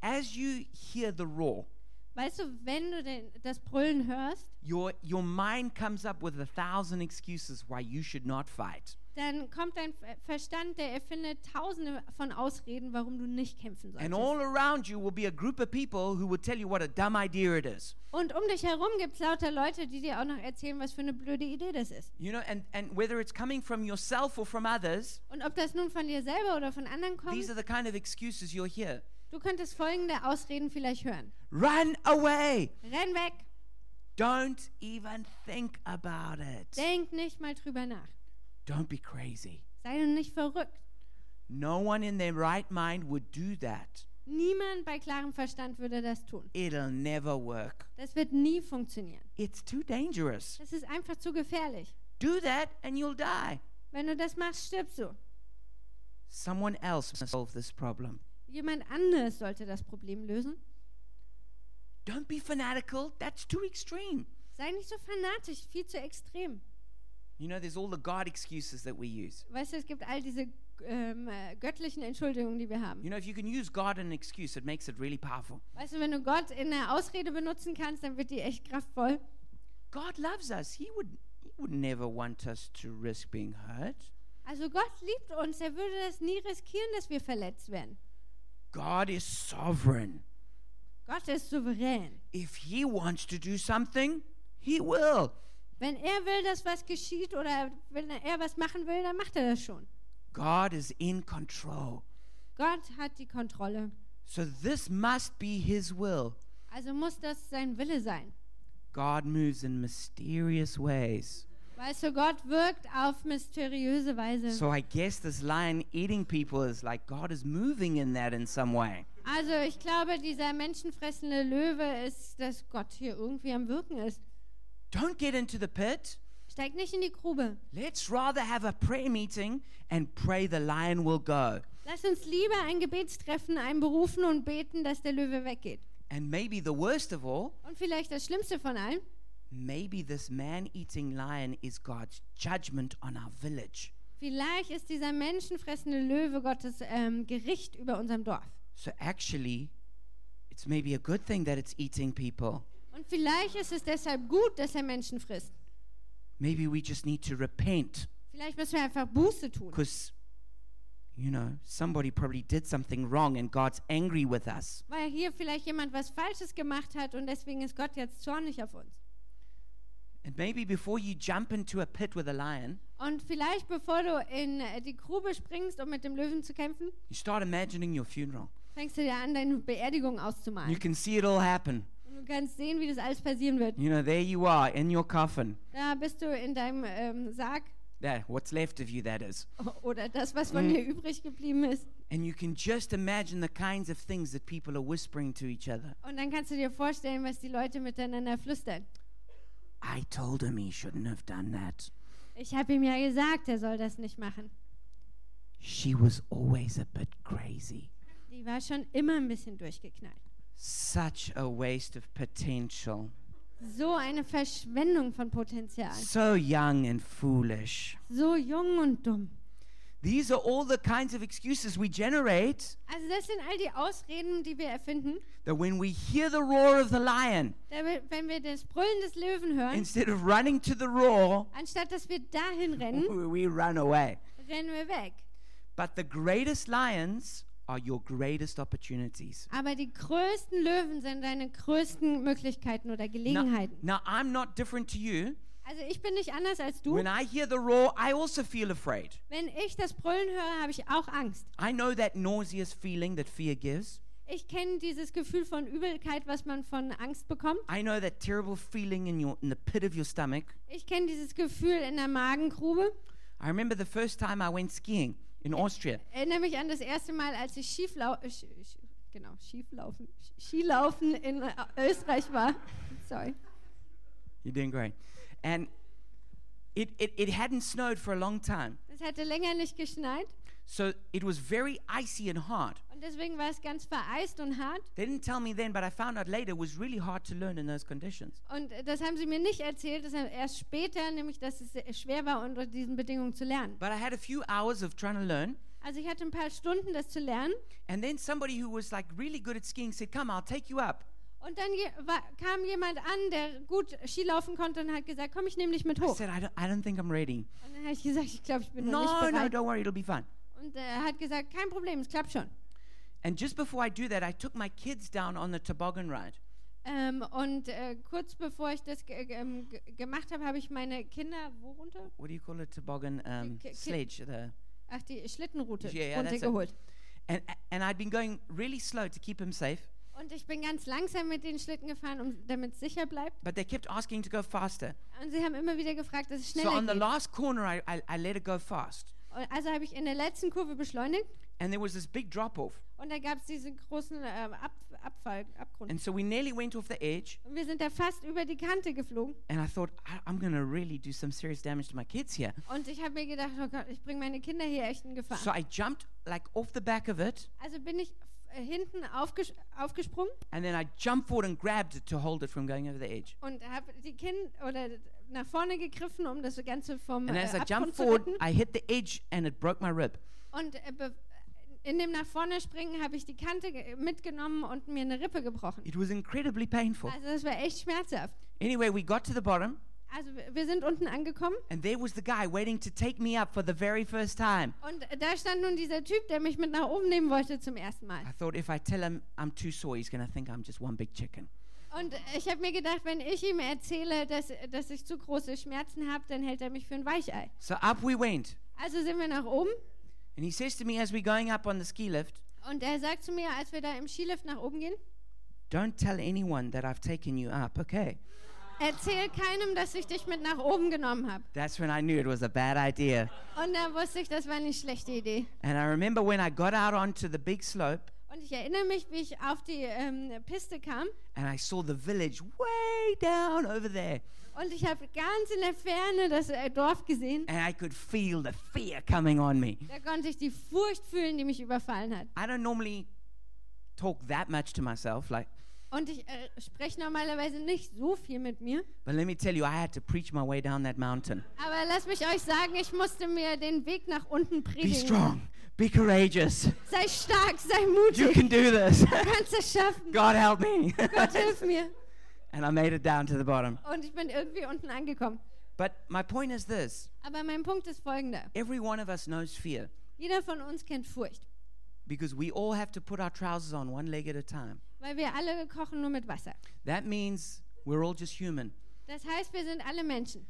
Speaker 1: as you hear the roar,
Speaker 2: Weißt du, wenn du den, das Brüllen hörst,
Speaker 1: your, your mind comes up with a thousand excuses why you should not fight.
Speaker 2: dann kommt dein Ver- Verstand, der erfindet tausende von Ausreden, warum du nicht kämpfen
Speaker 1: And
Speaker 2: solltest.
Speaker 1: all around you will be a group of people who will tell you what a dumb idea it is.
Speaker 2: Und um dich herum gibt es lauter Leute, die dir auch noch erzählen, was für eine blöde Idee das ist.
Speaker 1: You know, and, and whether it's coming from yourself or from others,
Speaker 2: Und ob das nun von dir selber oder von anderen
Speaker 1: these
Speaker 2: kommt,
Speaker 1: are the kind of excuses you'll hear.
Speaker 2: du könntest folgende Ausreden vielleicht hören.
Speaker 1: Run away.
Speaker 2: Renn weg,
Speaker 1: Don't even think about it.
Speaker 2: denk nicht mal drüber nach.
Speaker 1: Don't be crazy.
Speaker 2: Sei nun nicht verrückt.
Speaker 1: No one in their right mind would do that.
Speaker 2: Niemand bei klarem Verstand würde das tun.
Speaker 1: It'll never work.
Speaker 2: Das wird nie funktionieren.
Speaker 1: It's too dangerous.
Speaker 2: Das ist einfach zu gefährlich.
Speaker 1: Do that and you'll die.
Speaker 2: Wenn du das machst, stirbst du.
Speaker 1: Someone else must solve this problem.
Speaker 2: Jemand anderes sollte das Problem lösen.
Speaker 1: Don't be fanatical. That's too extreme.
Speaker 2: Sei nicht so fanatisch, viel zu extrem.
Speaker 1: You know, there's all the God excuses that we use.
Speaker 2: Weißt du, es gibt all diese ähm, äh, göttlichen Entschuldigungen, die wir haben.
Speaker 1: You know, if you can use God in an excuse, it makes it really powerful.
Speaker 2: Weißt du, wenn du Gott in der Ausrede benutzen kannst, dann wird die echt kraftvoll.
Speaker 1: God loves us. He would, he would never want us to risk being hurt.
Speaker 2: Also Gott liebt uns, er würde das nie riskieren, dass wir verletzt werden.
Speaker 1: God is sovereign.
Speaker 2: Gott ist souverän.
Speaker 1: If He wants to do something, He will.
Speaker 2: Wenn er will, dass was geschieht oder wenn er was machen will, dann macht er das schon.
Speaker 1: God is in control.
Speaker 2: Gott hat die Kontrolle.
Speaker 1: So this must be His will.
Speaker 2: Also muss das sein Wille sein.
Speaker 1: God moves in mysterious ways.
Speaker 2: Weißt du, Gott wirkt auf mysteriöse Weise.
Speaker 1: So I guess this lion eating people is like God is moving in that in some way.
Speaker 2: Also ich glaube, dieser menschenfressende Löwe ist, dass Gott hier irgendwie am Wirken ist.
Speaker 1: Don't get into the pit.
Speaker 2: Steig nicht in die Grube.
Speaker 1: Let's rather have a prayer meeting and pray the lion will go.
Speaker 2: Lass uns lieber ein Gebetstreffen einberufen und beten, dass der Löwe weggeht.
Speaker 1: And maybe the worst of all,
Speaker 2: Und vielleicht das Schlimmste von allem,
Speaker 1: maybe this man eating lion is God's judgment on our village.
Speaker 2: vielleicht ist dieser menschenfressende Löwe Gottes ähm, Gericht über unserem Dorf.
Speaker 1: So actually, it's maybe a good thing that it's eating people.
Speaker 2: Und vielleicht ist es deshalb gut, dass er Menschen frisst.
Speaker 1: Maybe we just need to repent
Speaker 2: Vielleicht müssen wir einfach Buße tun.
Speaker 1: because, you know, somebody probably did something wrong and God's angry with us.
Speaker 2: Weil hier vielleicht jemand was Falsches gemacht hat und deswegen ist Gott jetzt zornig auf uns.
Speaker 1: And maybe before you jump into a pit with a lion,
Speaker 2: Und vielleicht bevor du in äh, die Grube springst, um mit dem Löwen zu kämpfen,
Speaker 1: you start imagining your funeral.
Speaker 2: fängst du dir an, deine Beerdigung auszumalen.
Speaker 1: You can see it all happen.
Speaker 2: Und du kannst sehen, wie das alles passieren wird.
Speaker 1: You know, there you are in your coffin.
Speaker 2: Da bist du in deinem ähm, Sarg
Speaker 1: That what's left of you that is.
Speaker 2: oder das, was von dir übrig geblieben ist.
Speaker 1: And you can just imagine the kinds of things that people are whispering to each other.
Speaker 2: Und dann kannst du dir vorstellen, was die Leute miteinander flüstern.
Speaker 1: I told him he shouldn't have done that.
Speaker 2: Ich habe ihm ja gesagt, er soll das nicht machen.
Speaker 1: She was always a bit crazy.
Speaker 2: Die war schon immer ein bisschen durchgeknallt.
Speaker 1: Such a waste of potential.
Speaker 2: So eine Verschwendung von Potenzial.
Speaker 1: So young and foolish.
Speaker 2: So jung und dumm.
Speaker 1: These are all the kinds of excuses we generate
Speaker 2: Also das sind all die Ausreden, die wir erfinden.
Speaker 1: that when we hear the roar of the lion,
Speaker 2: Da wir- Wenn wir das Brüllen des Löwen hören,
Speaker 1: instead of running to the roar,
Speaker 2: anstatt dass wir dahin rennen,
Speaker 1: we run away.
Speaker 2: rennen wir weg.
Speaker 1: But the greatest lions are your greatest opportunities.
Speaker 2: Aber die größten Löwen sind deine größten Möglichkeiten oder
Speaker 1: Now,
Speaker 2: Gelegenheiten.
Speaker 1: now, I'm not different to you.
Speaker 2: Also ich bin nicht anders als du.
Speaker 1: When I hear the roar, I also feel afraid.
Speaker 2: Wenn ich das Brüllen höre, habe ich auch Angst.
Speaker 1: I know that nauseous feeling that fear gives.
Speaker 2: Ich kenne dieses Gefühl von Übelkeit, was man von Angst bekommt.
Speaker 1: I know that terrible feeling in your in the pit of your stomach.
Speaker 2: Ich kenne dieses Gefühl in der Magengrube.
Speaker 1: I remember the first time I went skiing in Austria.
Speaker 2: Erinnere mich an das erste Mal, als ich Schieflau äh, sch sch genau, Schieflaufen, Sch- Skilaufen in äh, Österreich war. Sorry.
Speaker 1: You're doing great. And it, it, it hadn't snowed for a long time.
Speaker 2: Es hatte länger nicht geschneit
Speaker 1: So it was very icy and hard.
Speaker 2: und deswegen war es ganz vereist und hart.
Speaker 1: They didn't tell me then, but I found out later it was really hard to learn in those conditions.
Speaker 2: Und äh, das haben sie mir nicht erzählt, das haben erst später, nämlich dass es sehr schwer war, unter diesen Bedingungen zu lernen.
Speaker 1: But I had a few hours of trying to learn.
Speaker 2: Also ich hatte ein paar Stunden, das zu lernen.
Speaker 1: And then somebody who was like really good at skiing said, Come, I'll take you up.
Speaker 2: Und dann je, war, kam jemand an, der gut Skilaufen konnte und hat gesagt, komm, ich nehme dich mit
Speaker 1: I
Speaker 2: hoch.
Speaker 1: said, I don't, I don't think I'm ready.
Speaker 2: Und dann habe ich gesagt, ich glaube, ich bin
Speaker 1: No,
Speaker 2: noch
Speaker 1: no,
Speaker 2: nicht bereit.
Speaker 1: don't worry, it'll be fun.
Speaker 2: Und er hat gesagt, kein Problem, es klappt schon.
Speaker 1: And just before I do that, I took my kids down on the toboggan ride.
Speaker 2: Ähm, und äh, kurz bevor ich das ge ge- ähm, ge- gemacht habe, habe ich meine Kinder worunter?
Speaker 1: What do you call it? Toboggan um,
Speaker 2: K- k-
Speaker 1: sledge. The,
Speaker 2: Ach, die Schlittenroute
Speaker 1: Yeah, yeah, that's it.
Speaker 2: runtergeholt.
Speaker 1: and and I'd been going really slow to keep him safe,
Speaker 2: Und ich bin ganz langsam mit den Schlitten gefahren, um, damit es sicher bleibt.
Speaker 1: but they kept asking to go faster.
Speaker 2: Und sie haben immer wieder gefragt, dass es
Speaker 1: So
Speaker 2: schneller
Speaker 1: on the
Speaker 2: geht.
Speaker 1: last corner, I, I, I let it go fast,
Speaker 2: Und also habe ich in der letzten Kurve beschleunigt
Speaker 1: and there was this big drop off,
Speaker 2: und da gab es diesen großen ähm, Ab Abfall, Abgrund.
Speaker 1: and so we nearly went off the edge.
Speaker 2: Und wir sind da fast über die Kante geflogen.
Speaker 1: And I thought, I, I'm gonna really do some serious damage to my kids here.
Speaker 2: Und ich habe mir gedacht, oh Gott, ich bringe meine Kinder hier echt in Gefahr.
Speaker 1: So I jumped like off the back of it,
Speaker 2: Also bin ich äh, hinten aufges aufgesprungen
Speaker 1: and then I jumped forward and grabbed it to hold it from going over the edge.
Speaker 2: und habe die Kinn oder nach vorne gegriffen, um das Ganze vom
Speaker 1: And
Speaker 2: äh,
Speaker 1: as I
Speaker 2: Abgrund
Speaker 1: jumped
Speaker 2: zu
Speaker 1: forward,
Speaker 2: retten.
Speaker 1: I hit the edge, and it broke my rib.
Speaker 2: Und äh, be- in dem nach vorne springen habe ich die Kante ge- mitgenommen und mir eine Rippe gebrochen.
Speaker 1: It was incredibly painful.
Speaker 2: Also das war echt schmerzhaft.
Speaker 1: Anyway, we got to the bottom,
Speaker 2: Also wir wir sind unten angekommen
Speaker 1: and there was the guy waiting to take me up for the very first time.
Speaker 2: und äh, da stand nun dieser Typ, der mich mit nach oben nehmen wollte zum ersten Mal.
Speaker 1: I thought if I tell him I'm too sore, he's going to think I'm just one big chicken.
Speaker 2: Und äh, ich habe mir gedacht, wenn ich ihm erzähle, dass, dass ich zu große Schmerzen habe, dann hält er mich für ein Weichei.
Speaker 1: So up we went.
Speaker 2: Also sind wir nach oben
Speaker 1: And he says to me as we're going up on the ski lift,
Speaker 2: und er sagt zu mir, als wir da im Skilift nach oben gehen,
Speaker 1: Don't tell anyone that I've taken you up, okay?
Speaker 2: Erzähl keinem, dass ich dich mit nach oben genommen habe.
Speaker 1: That's when I knew it was a bad idea.
Speaker 2: Und da wusste ich, das war eine schlechte Idee.
Speaker 1: And I remember when I got out onto the big slope
Speaker 2: Und ich erinnere mich, wie ich auf die ähm, Piste kam
Speaker 1: and I saw the village way down over there.
Speaker 2: und ich habe ganz in der Ferne das äh, Dorf gesehen.
Speaker 1: And I could feel the fear coming on me.
Speaker 2: Da konnte ich die Furcht fühlen, die mich überfallen hat.
Speaker 1: I don't normally talk that much to myself, like,
Speaker 2: Und ich äh, spreche normalerweise nicht so viel mit mir.
Speaker 1: but let me tell you, I had to preach my way down that mountain.
Speaker 2: Aber lasst mich euch sagen, ich musste mir den Weg nach unten
Speaker 1: Be
Speaker 2: predigen.
Speaker 1: strong, be courageous.
Speaker 2: Sei stark, sei
Speaker 1: You
Speaker 2: mutig.
Speaker 1: can do this.
Speaker 2: Du kannst es schaffen.
Speaker 1: God help me.
Speaker 2: Gott hilf mir.
Speaker 1: and I made it down to the bottom.
Speaker 2: Und ich bin irgendwie unten angekommen.
Speaker 1: But my point is this
Speaker 2: Aber mein Punkt ist folgender.
Speaker 1: every one of us knows fear
Speaker 2: Jeder von uns kennt Furcht,
Speaker 1: because we all have to put our trousers on one leg at a time.
Speaker 2: weil wir alle kochen nur mit Wasser.
Speaker 1: That means we're all just human.
Speaker 2: Das heißt, wir sind alle Menschen.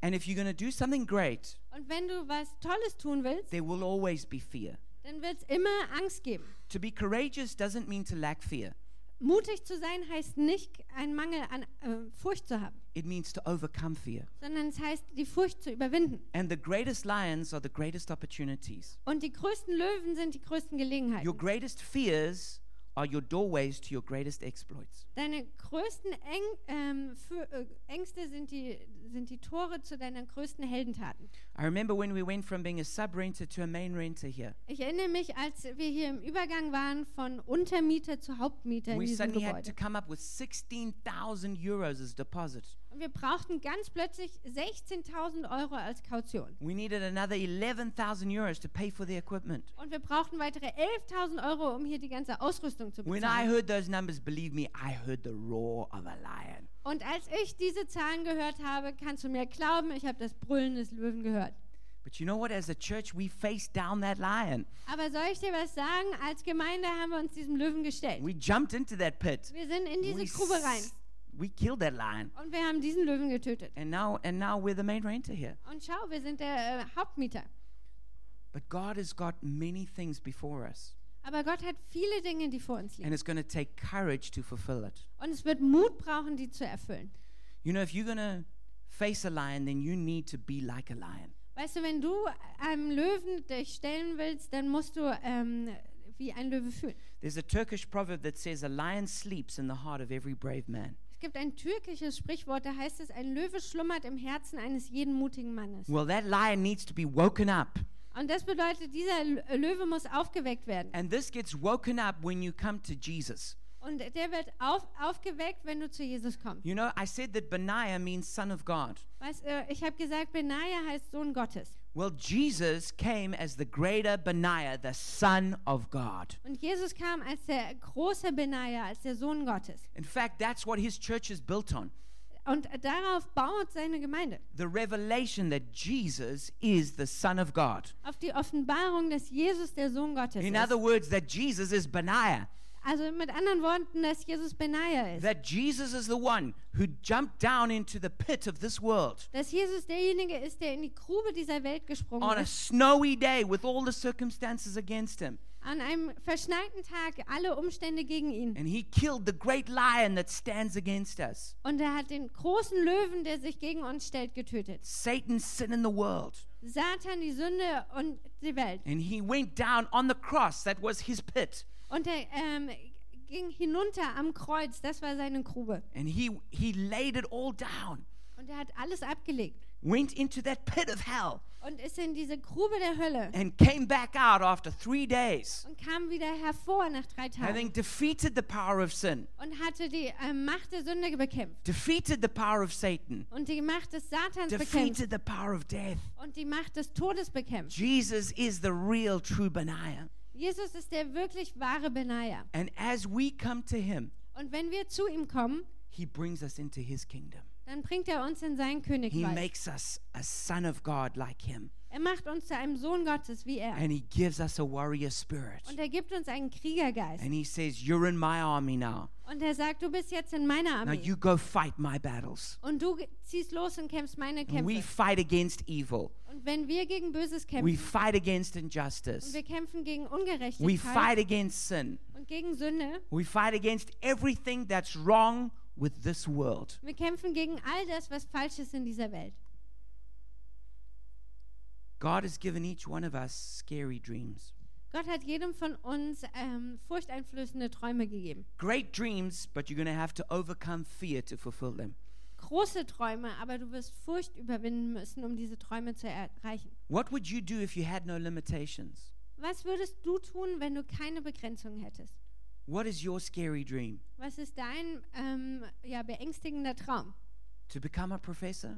Speaker 1: And if you're going to do something great,
Speaker 2: Und wenn du was Tolles tun willst,
Speaker 1: there will always be fear.
Speaker 2: dann wird es immer Angst geben.
Speaker 1: To be courageous doesn't mean to lack fear,
Speaker 2: Mutig zu sein heißt nicht, einen Mangel an äh, Furcht zu haben,
Speaker 1: it means to overcome fear.
Speaker 2: sondern es heißt, die Furcht zu überwinden.
Speaker 1: And the greatest lions are the greatest opportunities.
Speaker 2: Und die größten Löwen sind die größten
Speaker 1: Your
Speaker 2: Gelegenheiten.
Speaker 1: greatest fears are your doorways to your greatest exploits.
Speaker 2: Deine größten Eng, ähm, für, äh, Ängste sind die, sind die Tore zu deinen größten Heldentaten.
Speaker 1: I remember when we went from being a sub renter to a main renter here,
Speaker 2: Ich erinnere mich, als wir hier im Übergang waren von Untermieter zu Hauptmieter in
Speaker 1: we
Speaker 2: diesem
Speaker 1: suddenly had to
Speaker 2: Gebäude.
Speaker 1: come up with 16,000 euros as deposit.
Speaker 2: Und wir brauchten ganz plötzlich 16.000 Euro als Kaution.
Speaker 1: We needed another 11,000 euros to pay for the equipment.
Speaker 2: Und wir brauchten weitere 11.000 Euro, um hier die ganze Ausrüstung zu
Speaker 1: When I
Speaker 2: bezahlen.
Speaker 1: heard those numbers, believe me, I heard the roar of a lion.
Speaker 2: Und als ich diese Zahlen gehört habe, kannst du mir glauben, ich habe das Brüllen des Löwen gehört.
Speaker 1: But you know what? As a church, we faced down that lion.
Speaker 2: Aber soll ich dir was sagen? Als Gemeinde haben wir uns diesem Löwen gestellt.
Speaker 1: We jumped into that pit.
Speaker 2: Wir sind in diese
Speaker 1: We,
Speaker 2: Grube rein
Speaker 1: s- we killed that lion.
Speaker 2: und wir haben diesen Löwen getötet.
Speaker 1: And now, and now we're the main renter here.
Speaker 2: Und schau, wir sind der äh, Hauptmieter.
Speaker 1: But God has got many things before us,
Speaker 2: Aber Gott hat viele Dinge, die vor uns liegen.
Speaker 1: and it's going to take courage to fulfill it.
Speaker 2: Und es wird Mut brauchen, die zu erfüllen.
Speaker 1: You know, if you're going to face a lion, then you need to be like a lion.
Speaker 2: Weißt du, wenn du einem Löwen dich stellen willst, dann musst du ähm, wie ein Löwe fühlen.
Speaker 1: There's a Turkish proverb that says, A lion sleeps in the heart of every brave man.
Speaker 2: Es gibt ein türkisches Sprichwort, da heißt es, ein Löwe schlummert im Herzen eines jeden mutigen Mannes.
Speaker 1: Well, that lion needs to be woken up.
Speaker 2: Und das bedeutet, dieser L- äh, Löwe muss aufgeweckt werden.
Speaker 1: And this gets woken up when you come to Jesus.
Speaker 2: Und der wird auf, aufgeweckt, wenn du zu Jesus kommst.
Speaker 1: You know, I said that Benaiah means son of God.
Speaker 2: Weißt, äh, ich habe gesagt, Benaja heißt Sohn Gottes.
Speaker 1: Well, Jesus came as the greater Benaiah, the son of God.
Speaker 2: Und Jesus kam als der große Benaja, als der Sohn Gottes.
Speaker 1: In fact, that's what his church is built on
Speaker 2: Und darauf baut seine Gemeinde.
Speaker 1: the revelation that Jesus is the son of God.
Speaker 2: Auf die Offenbarung, dass Jesus der Sohn Gottes
Speaker 1: In
Speaker 2: ist.
Speaker 1: other words, that Jesus is Benaiah,
Speaker 2: Also mit anderen Worten, dass Jesus Benaja ist.
Speaker 1: that Jesus is the one who jumped down into the pit of this world
Speaker 2: Dass Jesus derjenige ist, der in die Grube dieser Welt gesprungen
Speaker 1: on a
Speaker 2: ist.
Speaker 1: snowy day with all the circumstances against him.
Speaker 2: An einem verschneiten Tag alle Umstände gegen ihn.
Speaker 1: And he killed the great lion that stands against us.
Speaker 2: Und er hat den großen Löwen, der sich gegen uns stellt, getötet.
Speaker 1: Satan's sin in the world.
Speaker 2: Satan, die Sünde und die Welt.
Speaker 1: And he went down on the cross that was his pit.
Speaker 2: Und er ähm, ging hinunter am Kreuz, das war seine Grube.
Speaker 1: And he he laid it all down.
Speaker 2: Und er hat alles abgelegt
Speaker 1: Went into that pit of hell
Speaker 2: und ist in diese Grube der Hölle
Speaker 1: and came back out after 3 days.
Speaker 2: und kam wieder hervor nach drei
Speaker 1: Having
Speaker 2: Tagen
Speaker 1: defeated the power of sin,
Speaker 2: und hatte die ähm, Macht der Sünde bekämpft
Speaker 1: defeated the power of Satan,
Speaker 2: und die Macht des Satans bekämpft
Speaker 1: defeated the power of death.
Speaker 2: und die Macht des Todes bekämpft.
Speaker 1: Jesus is the real true Benaiah.
Speaker 2: Jesus ist der wirklich wahre Benaja.
Speaker 1: And as we come to him,
Speaker 2: Und wenn wir zu ihm kommen,
Speaker 1: he brings us into his kingdom.
Speaker 2: dann bringt er uns in sein
Speaker 1: He
Speaker 2: Königreich.
Speaker 1: makes us a son of God like him.
Speaker 2: Er macht uns zu einem Sohn Gottes wie er.
Speaker 1: And he gives us a warrior spirit.
Speaker 2: Und er gibt uns einen Kriegergeist.
Speaker 1: And he says, You're in my army now.
Speaker 2: Und er sagt, du bist jetzt in meiner
Speaker 1: Now
Speaker 2: Armee.
Speaker 1: you go fight my battles.
Speaker 2: Und du ge- ziehst los und kämpfst meine
Speaker 1: And we
Speaker 2: Kämpfe.
Speaker 1: fight against evil.
Speaker 2: Und wenn wir gegen Böses
Speaker 1: We
Speaker 2: kämpfen,
Speaker 1: fight against
Speaker 2: und
Speaker 1: injustice.
Speaker 2: wir kämpfen gegen
Speaker 1: We
Speaker 2: Ungerechtigkeit
Speaker 1: fight against sin.
Speaker 2: und gegen Sünde
Speaker 1: We fight against everything that's wrong with this world.
Speaker 2: Wir kämpfen gegen all das, was falsch ist in dieser Welt.
Speaker 1: God has given each one of us scary dreams.
Speaker 2: Gott hat jedem von uns ähm, furchteinflößende Träume gegeben.
Speaker 1: Great dreams, but you're going to have to overcome fear to fulfill them.
Speaker 2: Große Träume, aber du wirst Furcht überwinden müssen, um diese Träume zu erreichen.
Speaker 1: What would you do if you had no limitations?
Speaker 2: Was würdest du tun, wenn du keine Begrenzung hättest?
Speaker 1: What is your scary dream?
Speaker 2: Was ist dein ähm, ja, beängstigender Traum?
Speaker 1: To become a professor?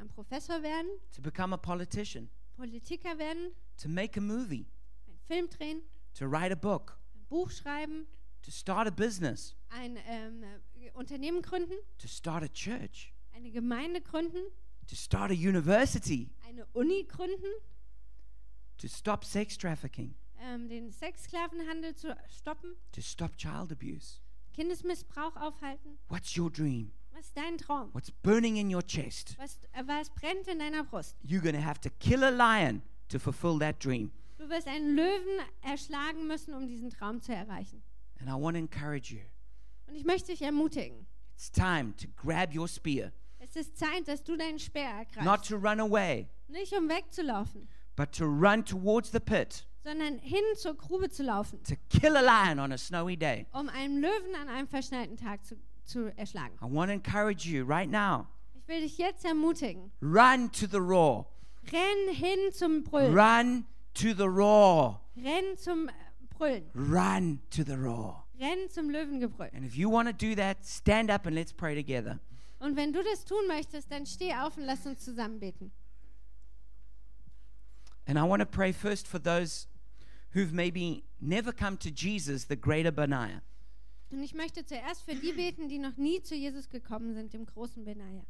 Speaker 2: Ein Professor werden,
Speaker 1: To become a politician?
Speaker 2: Politiker werden,
Speaker 1: To make a movie?
Speaker 2: einen Film drehen,
Speaker 1: To write a book?
Speaker 2: ein Buch schreiben,
Speaker 1: To start a business?
Speaker 2: ein ähm, äh, Unternehmen gründen,
Speaker 1: To start a church?
Speaker 2: eine Gemeinde gründen,
Speaker 1: To start a university?
Speaker 2: eine Uni gründen,
Speaker 1: To stop sex trafficking?
Speaker 2: ähm, den Sexsklavenhandel zu stoppen,
Speaker 1: To stop child abuse?
Speaker 2: Kindesmissbrauch aufhalten.
Speaker 1: What's your dream?
Speaker 2: Was ist dein Traum?
Speaker 1: What's burning in your chest?
Speaker 2: Was, äh, was brennt in deiner Brust?
Speaker 1: You're going to have to kill a lion to fulfill that dream.
Speaker 2: Du wirst einen Löwen erschlagen müssen, um diesen Traum zu erreichen.
Speaker 1: And I want to encourage you.
Speaker 2: Und ich möchte dich ermutigen.
Speaker 1: It's time to grab your spear,
Speaker 2: Es ist Zeit, dass du deinen Speer ergreifst.
Speaker 1: not to run away,
Speaker 2: Nicht um wegzulaufen,
Speaker 1: but to run towards the pit,
Speaker 2: sondern hin zur Grube zu laufen,
Speaker 1: to kill a lion on a snowy day.
Speaker 2: um einen Löwen an einem verschneiten Tag zu, zu erschlagen.
Speaker 1: I want to encourage you right now.
Speaker 2: Ich will dich jetzt ermutigen.
Speaker 1: Run to the roar.
Speaker 2: Renn hin zum Brüllen.
Speaker 1: Run to the roar.
Speaker 2: Renn zum äh, Brüllen.
Speaker 1: Run to the roar.
Speaker 2: Renn zum Löwengebrüll.
Speaker 1: And if you want to do that, stand up and let's pray together.
Speaker 2: Und wenn du das tun möchtest, dann steh auf und lass uns zusammen beten.
Speaker 1: And I want to pray first for those who've maybe never come to Jesus, the greater Benaiah.
Speaker 2: Und ich möchte zuerst für die beten, die noch nie zu Jesus gekommen sind, dem großen Benaja.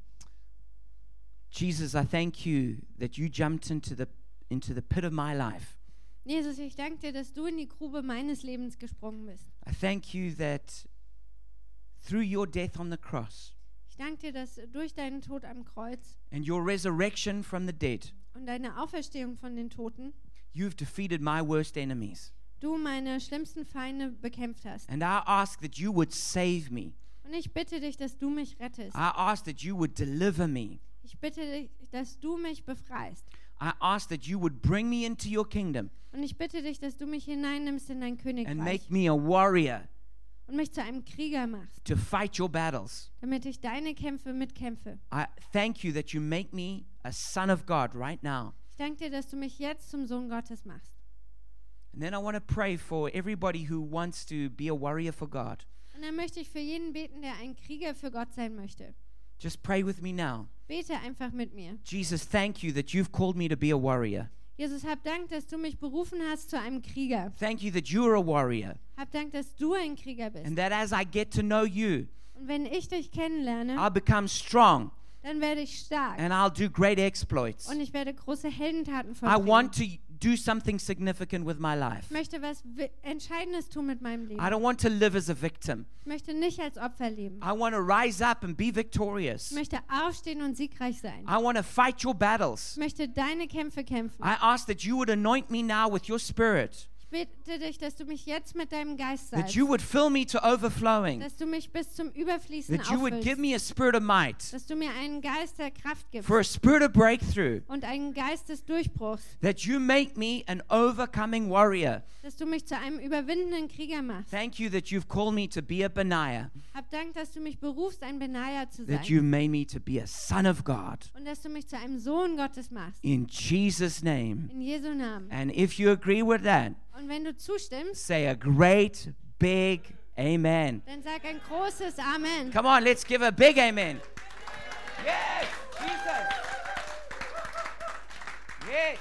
Speaker 1: Jesus, I thank you that you jumped into the into the pit of my life.
Speaker 2: Jesus, ich danke dir, dass du in die Grube meines Lebens gesprungen bist.
Speaker 1: I thank you that through your death on the cross
Speaker 2: Ich danke dir, dass durch deinen Tod am Kreuz
Speaker 1: and your resurrection from the dead,
Speaker 2: und deine Auferstehung von den Toten
Speaker 1: you've defeated my worst enemies.
Speaker 2: du meine schlimmsten Feinde bekämpft hast.
Speaker 1: And I ask that you would save me.
Speaker 2: Und ich bitte dich, dass du mich rettest.
Speaker 1: I ask that you would deliver me.
Speaker 2: Ich bitte dich, dass du mich befreist.
Speaker 1: I ask that you would bring me into your kingdom
Speaker 2: Und ich bitte dich, dass du mich hineinnimmst in dein
Speaker 1: and
Speaker 2: Königreich
Speaker 1: make me a warrior
Speaker 2: und mich zu einem Krieger machst,
Speaker 1: to fight your battles.
Speaker 2: damit ich deine Kämpfe mitkämpfe.
Speaker 1: I thank you that you make me a son of God right now.
Speaker 2: Ich danke dir, dass du mich jetzt zum Sohn Gottes machst.
Speaker 1: And then I want to pray for everybody who wants to be a warrior for God.
Speaker 2: Und dann möchte ich für jeden beten, der ein Krieger für Gott sein möchte.
Speaker 1: Just pray with me now.
Speaker 2: Bete einfach mit mir.
Speaker 1: Jesus, thank you that you've called me to be a warrior.
Speaker 2: Jesus, hab Dank, dass du mich berufen hast zu einem Krieger.
Speaker 1: Thank you that you're a warrior.
Speaker 2: Hab Dank, dass du ein Krieger bist.
Speaker 1: And that as I get to know you,
Speaker 2: Und wenn ich dich kennenlerne,
Speaker 1: I'll become strong
Speaker 2: dann werde ich stark
Speaker 1: and I'll do great exploits.
Speaker 2: und ich werde große Heldentaten
Speaker 1: I
Speaker 2: vollbringen.
Speaker 1: want to do something significant with my life.
Speaker 2: Ich möchte was wi- Entscheidendes tun mit meinem
Speaker 1: I
Speaker 2: Leben.
Speaker 1: don't want to live as a victim.
Speaker 2: Ich möchte nicht als Opfer leben.
Speaker 1: I want to rise up and be victorious.
Speaker 2: Ich möchte aufstehen und siegreich sein.
Speaker 1: I want to fight your
Speaker 2: Ich
Speaker 1: battles.
Speaker 2: möchte deine Kämpfe kämpfen.
Speaker 1: I ask that you would anoint me now with your spirit,
Speaker 2: Ich bitte dich, dass du mich jetzt mit deinem Geist
Speaker 1: that
Speaker 2: salbst,
Speaker 1: you would fill me to overflowing,
Speaker 2: dass du mich bis zum Überfließen
Speaker 1: that you would give
Speaker 2: auffüllst,
Speaker 1: me a spirit of might,
Speaker 2: dass du mir einen Geist der Kraft gibst
Speaker 1: for a spirit of breakthrough,
Speaker 2: und einen Geist des Durchbruchs,
Speaker 1: that you make me an overcoming warrior.
Speaker 2: dass du mich zu einem überwindenden Krieger machst.
Speaker 1: Thank you that you've called me to be a Benaiah,
Speaker 2: Hab Dank, dass du mich berufst, ein Benaja zu
Speaker 1: that
Speaker 2: sein
Speaker 1: you've made me to be a son of God.
Speaker 2: und dass du mich zu einem Sohn Gottes machst.
Speaker 1: In Jesus' name.
Speaker 2: In Jesu Namen.
Speaker 1: And if you agree with that,
Speaker 2: Und wenn du zustimmst,
Speaker 1: say a great big amen.
Speaker 2: dann sag ein großes Amen.
Speaker 1: Come on, let's give a big amen. Yes, Jesus. Yes.